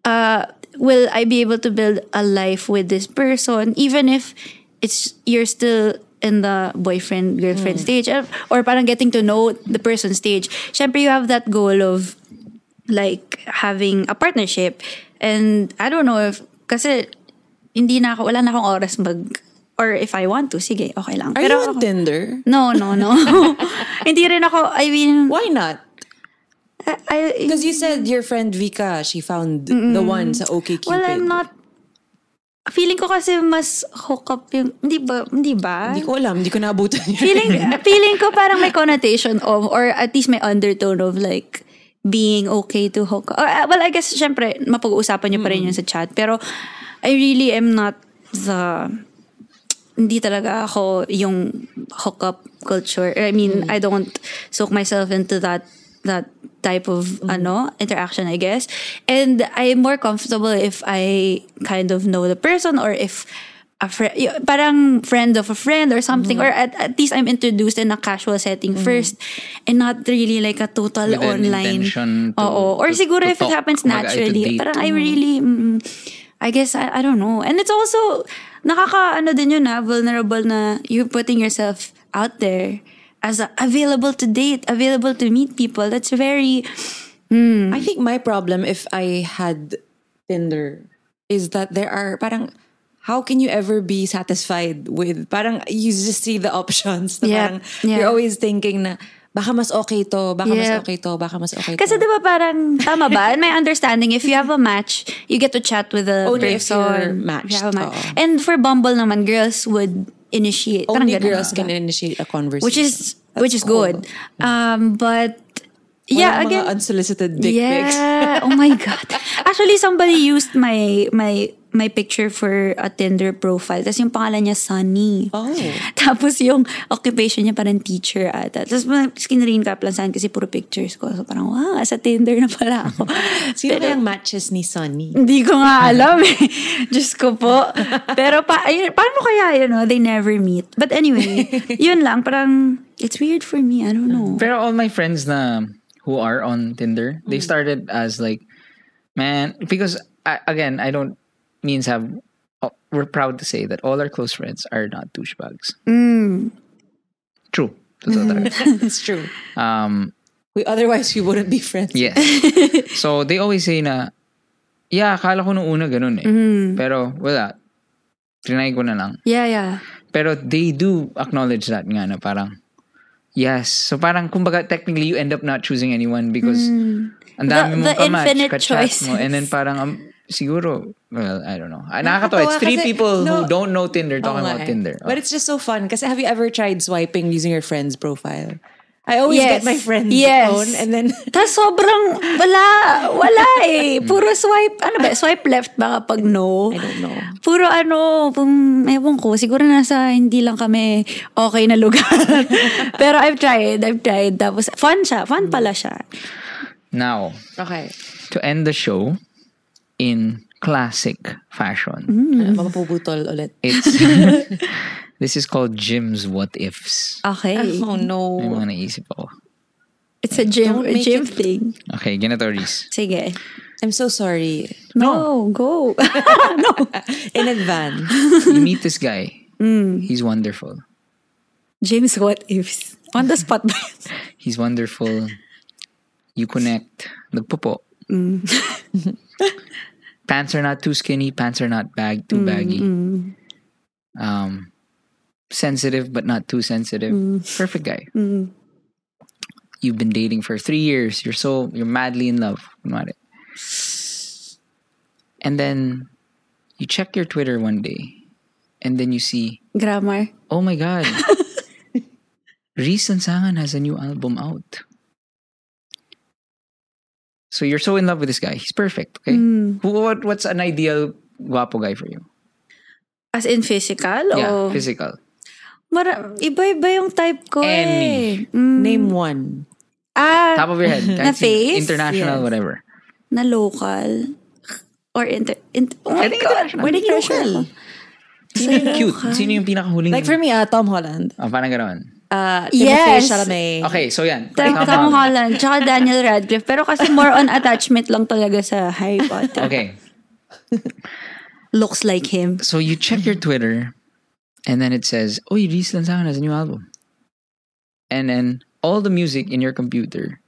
S2: uh will I be able to build a life with this person even if it's you're still in the boyfriend girlfriend stage or, or parang getting to know the person stage syempre you have that goal of like having a partnership and I don't know if kasi hindi na ako wala na akong oras mag or if I want to sige okay lang
S1: Are you on
S2: ako-
S1: Tinder?
S2: no
S1: [LAUGHS]
S2: no no hindi rin ako I mean
S1: Why not?
S2: I, I-
S1: Because you said your friend Vika, she found the one sa OkCupid.
S2: well I'm not feeling ko kasi mas hook up yung, hindi ba, hindi ba?
S1: Hindi ko alam, hindi ko naabutan yun.
S2: feeling, feeling ko parang may connotation of, or at least may undertone of like, being okay to hook up. Or, uh, well, I guess, syempre, mapag-uusapan niyo pa rin yun sa chat. Pero, I really am not the, hindi talaga ako yung hookup culture. I mean,
S3: Mm.
S2: I don't soak myself into that that type of
S3: Mm.
S2: ano interaction I guess and I'm more comfortable if I kind of know the person or if a friend parang friend of a friend or something
S3: Mm-hmm.
S2: or at, at least I'm introduced in a casual setting first and not really like a total
S3: With an
S2: online
S3: intention to-
S2: Oo. or
S3: to-
S2: siguro
S3: to
S2: if it
S3: talk,
S2: happens
S3: kumbaga, ay, to
S2: naturally
S3: date.
S2: parang I really mm, I guess I, I don't know and it's also nakaka ano din yun ha vulnerable na you're putting yourself out there as a, available to date available to meet people that's very
S1: I think my problem if I had Tinder is that there are parang how can you ever be satisfied with parang you just see the [LAUGHS] options na
S2: Yeah,
S1: parang
S2: yeah.
S1: you're always thinking na baka mas okay to baka
S2: Yeah.
S1: mas okay to baka mas okay
S2: Kasi
S1: to
S2: di ba parang, tama ba? In my understanding, if you have a match, you get to chat with the
S1: Only if
S2: person.
S1: you're
S2: If you have a match.
S1: matched, oo.
S2: And for Bumble naman, girls would initiate. Parang
S1: only
S2: ganun,
S1: girls
S2: diba?
S1: can initiate a conversation
S2: Which is, which is good. Um, but,
S1: Walang
S2: yeah,
S1: mga
S2: again.
S1: unsolicited dick pics
S2: yeah. oh my God. Actually, somebody used my, my, my picture for a Tinder profile. Tapos yung pangalan niya, Sunny.
S1: oh
S2: Tapos yung occupation niya parang teacher ata. Tapos skin cap lang saan kasi puro pictures ko. So parang, wow, sa Tinder na pala ako. [LAUGHS]
S1: sino
S2: Pero-
S1: kayang matches ni [LAUGHS] Sunny
S2: Hindi ko nga alam eh. [LAUGHS] Diyos ko po. Pero pa, ayun, paano kaya, you know, they never meet.
S1: [LAUGHS]
S2: But anyway, yun lang. Parang, it's weird for me. I don't know.
S3: Pero all my friends na who are on Tinder, they started as like, man, because I, again, I don't means have. oh, We're proud to say that all our close friends are not douchebags. True. Totoo talaga.
S1: [LAUGHS] it's true
S3: um,
S1: we otherwise we wouldn't be friends
S2: [LAUGHS]
S3: yes. so they always say na, yeah, akala ko nung una ganun eh. Pero wala. Trinay ko na lang.
S2: Yeah, yeah.
S3: Pero they do acknowledge that nga na parang, yes. So parang, kumbaga, technically you end up not choosing anyone because
S1: Hmm.
S3: ang dami
S2: The-
S3: mong
S2: the
S3: kamatch,
S2: infinite
S3: kachat mo.
S2: choices.
S3: And
S1: [LAUGHS]
S3: then parang, um, siguro, well, I don't know. Ah, nakakatawa. It's
S1: Nakakatawa
S3: three
S1: kasi-
S3: people who
S1: no.
S3: don't know Tinder talking
S1: Oo nga
S3: about
S1: eh.
S3: Tinder.
S1: But it's just so fun. Kasi have you ever tried swiping using your friend's profile? I always get
S2: Yes.
S1: my friend's
S2: Yes.
S1: phone and
S2: [LAUGHS]
S1: then
S2: Tapos sobrang, wala, wala eh. Puro swipe, ano ba, swipe left ba kapag no?
S1: I don't know.
S2: Puro ano, pum, ewan ko, siguro nasa hindi lang kami okay na lugar. [LAUGHS] Pero I've tried, I've tried. Tapos fun siya, fun pala siya.
S3: Now,
S1: Okay.
S3: to end the show in classic fashion.
S1: Mm. Mapapuputol
S2: [LAUGHS]
S1: ulit.
S3: It's This is called Jim's What Ifs.
S2: Okay.
S1: Oh
S3: May
S1: no.
S3: mga naisip ako.
S2: It's a
S1: Don't
S2: gym,
S1: make
S2: gym
S1: it-
S2: thing.
S3: Okay, ganito, Reese.
S1: [LAUGHS]
S2: Sige.
S1: I'm so sorry.
S2: No, go. [LAUGHS]
S1: In advance.
S3: You meet this guy.
S1: Hmm.
S3: He's wonderful.
S2: James, what ifs? On the spot ba? yun?
S3: He's wonderful. You connect. Nagpupo. [LAUGHS] pants are not too skinny. Pants are not bag too baggy. Um, sensitive but not too sensitive. Perfect guy. You've been dating for three years. You're so you're madly in love. Kunwari. And then you check your Twitter one day, and then you see
S2: Grammar.
S3: Oh my God. [LAUGHS] Reese Sansangan has a new album out. So you're so in love with this guy. He's perfect, okay? Who, what, what's an ideal guapo guy for you?
S2: As in physical?
S3: Yeah,
S2: o
S3: physical.
S1: Mm.
S2: Mara- iba-iba yung type ko
S3: Any.
S2: eh. Mm.
S1: Name one.
S2: Ah,
S3: Top of your head.
S2: Na
S3: Can't see-
S2: face?
S3: International,
S1: Yes.
S3: whatever.
S2: na local or inter, inter oh
S3: I
S2: my
S3: think
S2: god
S3: international.
S2: where did
S1: Local.
S2: you
S3: Sino yung cute? Sino yung pinakahuling?
S1: Like for me, ah, Tom Holland.
S3: Oh, parang ganoon.
S1: Uh,
S2: Yes.
S1: Timothée Chalamet.
S3: Okay, so yan. Tom
S2: Tom, Tom
S3: Holland.
S2: Holland tsaka Daniel Radcliffe pero kasi more on attachment lang talaga sa Harry Potter
S3: Okay,
S2: looks like him
S3: so you check your Twitter, and then it says, "Oh, Reese Lanzana has a new album," and then all the music in your computer.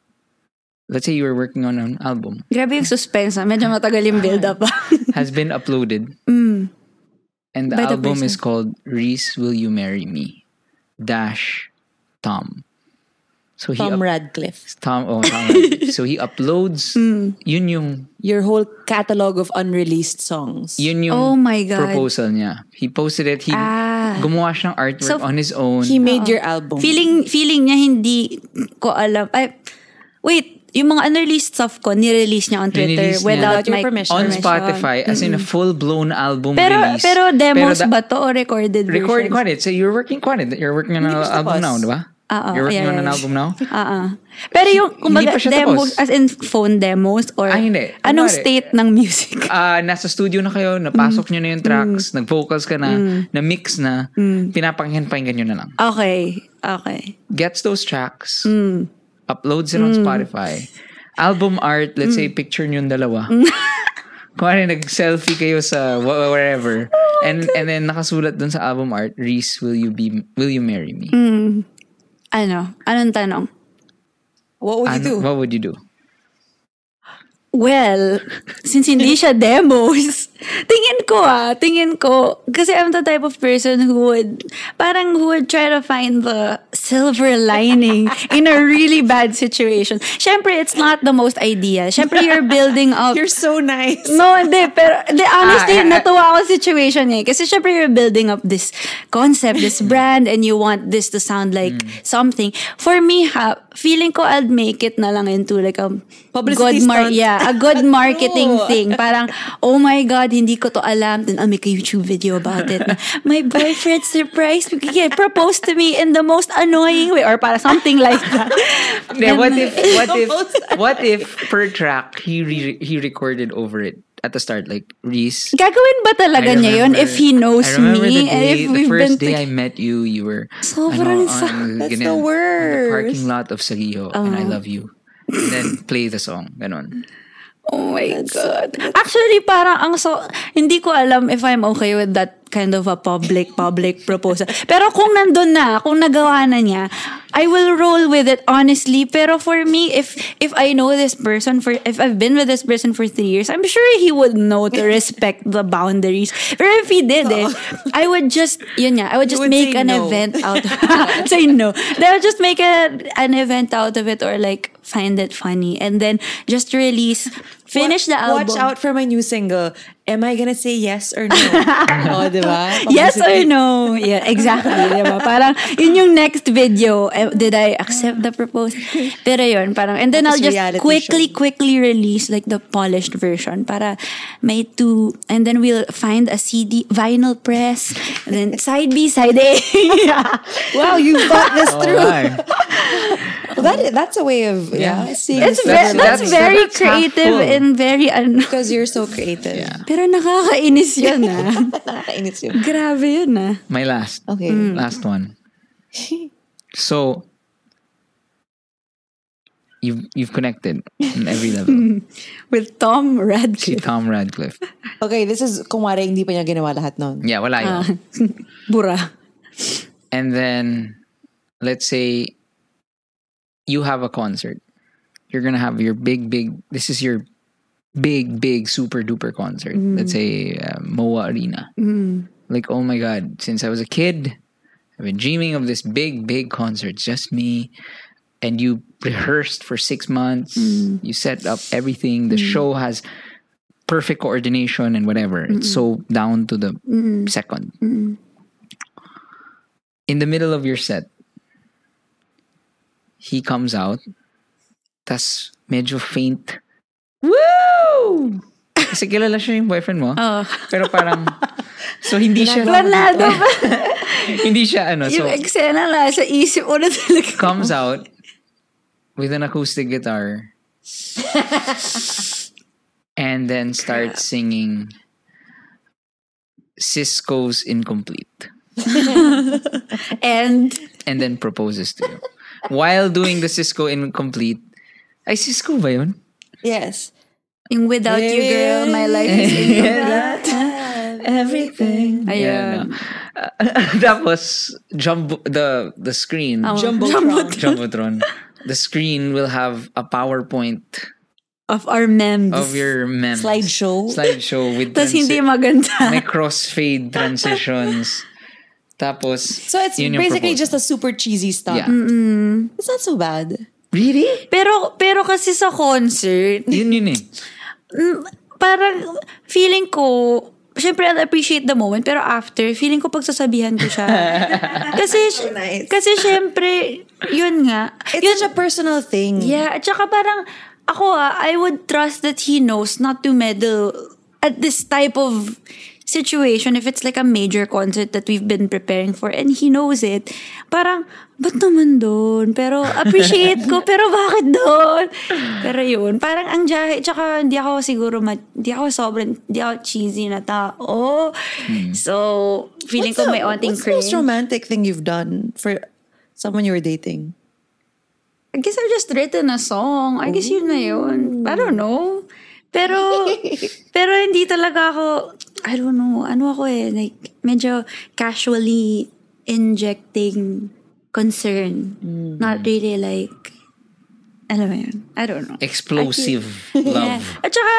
S3: Let's say you were working on an album
S2: grabe yung suspense ah. medyo matagal yung build up
S3: [LAUGHS]
S2: ah.
S3: has been
S2: [LAUGHS]
S3: uploaded, and the
S2: Mm. By the
S3: album
S2: person.
S3: is called "Reese, Will You Marry Me?" Dash Tom. So he
S1: Tom
S3: up-
S1: Radcliffe.
S3: Tom, oh,
S2: [LAUGHS]
S3: Tom Radcliffe. so he uploads
S2: Mm.
S3: yun yung
S1: Your whole catalog of unreleased songs.
S3: yun yung
S2: Oh my God.
S3: proposal niya. He posted it. He
S2: Ah.
S3: gumawa siya ng artwork
S2: So,
S3: on his own.
S1: He made your album.
S2: Feeling, feeling niya hindi ko alam. Ay, wait, yung mga unreleased stuff ko, nirelease niya on Twitter
S3: Nirelease niya.
S2: without
S1: Without your
S2: my
S1: permission.
S3: on
S1: Permission.
S3: Spotify as in a full-blown album
S2: Pero,
S3: release.
S2: pero demos
S3: da-
S2: ba to or recorded
S3: Record
S2: versions?
S3: credit. So you're working credit. You're working on an
S1: Hindi pa siya
S3: album
S1: tapos.
S3: now, di ba?
S2: Ah, ah,
S3: You're working
S2: yeah,
S3: on an
S2: yeah.
S3: album
S2: [LAUGHS]
S3: now?
S2: Ah, ah. Pero yung, kumbaga,
S3: pa siya
S2: demos,
S3: tapos.
S2: as in phone demos or
S3: Ah, hindi.
S2: anong
S3: Kunwari,
S2: state ng music?
S3: Ah, nasa studio na kayo, napasok nyo na
S2: Mm.
S3: yung tracks, nag-vocals ka na, na-mix na, pinapakinggan-pakinggan nyo na lang.
S2: [LAUGHS] Okay, okay.
S3: Gets those tracks,
S2: Mm.
S3: uploads it on Spotify. Album art, let's
S2: Mm.
S3: say picture nyo yung dalawa. [LAUGHS] Kuwari, nag-selfie kayo sa wh- wherever.
S2: Oh
S3: and and then nakasulat dun sa album art, Reese, will you be will you marry me?
S2: Ano? Anong tanong?
S1: what would you
S3: Ano-
S1: do?
S3: What would you do?
S2: Well, since hindi siya demos, [LAUGHS] tingin ko ah, tingin ko, kasi I'm the type of person who would, parang who would try to find the silver lining in a really bad situation. Siyempre, it's not the most ideal. Siyempre, you're building up.
S1: [LAUGHS] You're so nice.
S2: No, hindi. Pero, hindi, honestly,
S3: Ah, eh, eh.
S2: natuwa ako sa situation eh. Kasi syempre, you're building up this concept, this
S3: Mm.
S2: brand, and you want this to sound like something. For me, ha, feeling ko I'd make it na lang into like a
S1: Publicity
S2: good mar-
S1: stunt.
S2: Yeah, a
S3: [LAUGHS]
S2: good marketing
S1: No.
S2: thing. Parang, oh my God, hindi ko to alam. Then I'll make a YouTube video about it. my boyfriend surprised me. Yeah, proposed to me in the most annoying way. Or para something like
S3: [LAUGHS]
S2: that.
S3: Hindi,
S2: And-
S3: what if
S2: [LAUGHS]
S3: what if
S1: Almost.
S3: what if per track he re- he recorded over it at the start like Reese
S2: Gagawin ba
S3: I
S2: talaga niya yun
S3: remember-
S2: if he knows
S3: I remember
S2: me?
S3: The,
S2: and
S3: day,
S2: if
S3: the
S2: we've
S3: first
S2: been
S3: day
S2: to-
S3: I met you, you were
S2: Sobrang sa-
S1: That's
S3: ganyan,
S1: the
S3: on
S1: worst.
S3: parking lot of Sagiho, and I love you. And then play the song. Ganon.
S2: Oh my God. Actually, parang ang so... Hindi ko alam if I'm okay with that kind of a public, public proposal. Pero kung nandun na, kung nagawa na niya, I will roll with it honestly. Pero for me, if if I know this person for... If I've been with this person for three years, I'm sure he would know
S1: [LAUGHS]
S2: to respect the boundaries. Pero if he didn't, I would just... Yun nga, I would just
S1: Oh. would
S2: make
S1: say
S2: an
S1: no.
S2: event out
S1: [LAUGHS]
S2: [LAUGHS] of Say no. They would just make a, an event out of it or like find it funny and then just release [LAUGHS] finish the album.
S1: Watch out for my new single. Am I gonna say yes or
S2: [LAUGHS]
S1: no? oh, di ba?
S2: Yes or no? Yeah, exactly. diba? Parang, yun yung next video. Eh, Did I accept the
S1: [LAUGHS]
S2: proposal? Pero yun, parang, and then I'll
S1: Tapos
S2: just
S1: reality
S2: quickly,
S1: show.
S2: quickly release like the polished version para may two, and then we'll find a CD, vinyl press, and
S1: [LAUGHS]
S2: then side B, side A. yeah.
S1: Wow, you thought
S2: [LAUGHS]
S1: this through.
S3: Why?
S1: Well, that that's a way of yeah,
S3: Yeah.
S1: seeing
S2: It's
S1: this
S2: ve-
S3: That's-
S2: that's,
S3: that's-
S2: very
S3: that's
S2: creative
S3: half full.
S2: and very, ano,
S1: because you're so creative. [LAUGHS]
S3: Yeah.
S2: pero nakakainis yun ah. [LAUGHS]
S1: Nakakainis yun.
S2: Grabe yun ah.
S3: My last.
S1: Okay.
S3: Last one. So you've you've connected on every
S2: [LAUGHS]
S3: level.
S2: With Tom
S3: si
S2: Radcliffe.
S3: Tom Radcliffe.
S1: Okay, this is kung wari hindi pa niya ginawa lahat nun.
S3: Yeah, wala yun.
S2: Ah. Bura.
S3: And then, let's say you have a concert. You're going to have your big, big, this is your big, big, super duper concert. Let's say uh, Moa Arena. Like, oh my God, since I was a kid, I've been dreaming of this big, big concert, just me. And you rehearsed for six months, you set up everything. The show has perfect coordination and whatever. It's so down to the second in the middle of your set, he comes out, tas medyo faint. Woo! Kasi kilala siya yung boyfriend mo.
S2: Oh.
S3: Pero parang, so hindi siya, [LAUGHS]
S2: Planado ba?
S3: hindi siya ano. So,
S2: yung eksena na sa isip ko na talaga.
S3: comes out with an acoustic guitar and then starts singing Cisco's Incomplete.
S2: And,
S3: and then proposes to
S1: [LAUGHS]
S3: you. While doing the Cisco incomplete, ay Cisco ba yun?
S1: Yes.
S2: yung without you girl, my life is incomplete.
S1: Everything.
S2: Ayun.
S3: Yeah, no. [LAUGHS] Tapos, jumbo, the, the screen,
S2: Oh.
S1: Jumbo
S3: [LAUGHS] Jumbotron, the screen will have a PowerPoint
S2: Of our memes.
S3: of your memes.
S1: Slideshow.
S3: Slideshow with
S2: Tapos hindi
S3: transi-
S2: maganda.
S3: may crossfade transitions. Tapos,
S1: So it's
S3: yun yung
S1: basically
S3: proposal.
S1: just a super cheesy stuff.
S3: Yeah.
S1: It's not so bad.
S3: Really?
S2: [LAUGHS] Pero, pero kasi sa concert,
S3: Yun yun eh.
S2: mm, parang feeling ko, syempre I'll appreciate the moment, pero after, feeling ko pagsasabihan ko
S3: [LAUGHS]
S2: siya. kasi,
S1: So nice.
S2: kasi syempre, yun nga.
S1: It's such a personal thing.
S2: Yeah, at saka parang, ako ah, I would trust that he knows not to meddle at this type of situation if it's like a major concert that we've been preparing for and he knows it. Parang, ba't naman doon? Pero appreciate ko, pero bakit doon? Pero yun, parang ang jahe, tsaka hindi ako siguro, ma- hindi ako sobrang, hindi ako cheesy na tao. Hmm. So, feeling
S1: What's
S2: ko
S1: the-
S2: may onting
S1: What's the most
S2: cringe.
S1: romantic thing you've done for someone you were dating?
S2: I guess I've just written a song. I guess yun na yun. I don't know. Pero, pero hindi talaga ako, I don't know, ano ako eh, like, medyo casually injecting concern. Not really like, alam mo yun, I don't know.
S3: Explosive love.
S1: [LAUGHS]
S2: At saka,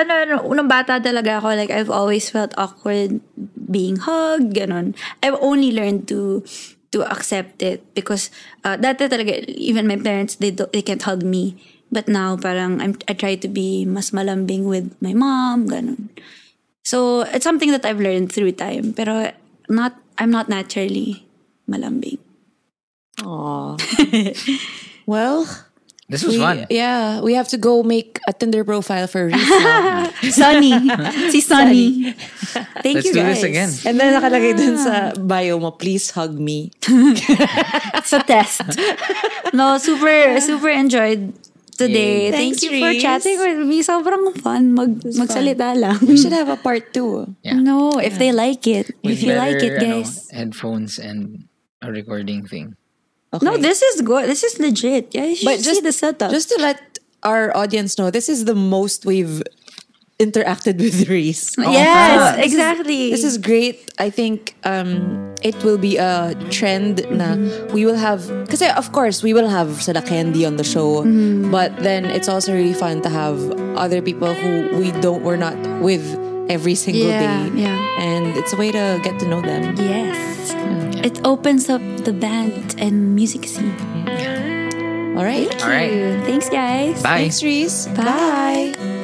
S2: ano, ano, unang bata talaga ako, like, I've always felt awkward being hugged, ganun. I've only learned to to accept it because uh, dati talaga, even my parents, they, do, they can't hug me. But now, parang, I'm, I try to be mas malambing with my mom, ganun. So, it's something that I've learned through time. Pero, not, I'm not naturally malambing. [LAUGHS]
S1: Aw. well,
S3: This was
S1: we-
S3: fun.
S1: yeah, we have to go make a Tinder profile for Reese
S2: [LAUGHS]
S1: now.
S2: Sunny. si Sunny. Thank
S3: Let's
S2: you
S3: do
S2: guys.
S3: this again.
S1: And then nakalagay dun sa bio mo, please hug me.
S2: sa test.
S1: [LAUGHS]
S2: No, super, super enjoyed
S1: Yay.
S2: today. Thank
S1: Thanks,
S2: you for
S1: Reese.
S2: chatting with me. Sobrang fun mag,
S1: [LAUGHS]
S2: magsalita lang. [LAUGHS]
S1: We should have a part two.
S3: Yeah.
S2: No, if they like it.
S3: With
S2: if you like
S3: better,
S2: it,
S3: ano,
S2: guys.
S3: headphones and a recording thing.
S1: Okay.
S2: No, this is good. This is legit. Yeah, you should
S1: But
S2: see the setup.
S1: Just to let our audience know, this is the most we've interacted with [LAUGHS] Reese.
S2: yes,
S3: tama.
S2: exactly.
S1: This is great. I think um, it will be a trend na we will have because of course we will have Sada Candy on the show, but then it's also really fun to have other people who we don't we're not with every single
S2: Yeah,
S1: day.
S2: yeah.
S1: And it's a way to get to know them.
S2: yes.
S1: Mm.
S2: It opens up the band and music scene.
S1: All right.
S3: All right.
S2: Thanks, guys.
S3: Bye.
S1: Thanks, Reese.
S2: Bye.
S1: Bye.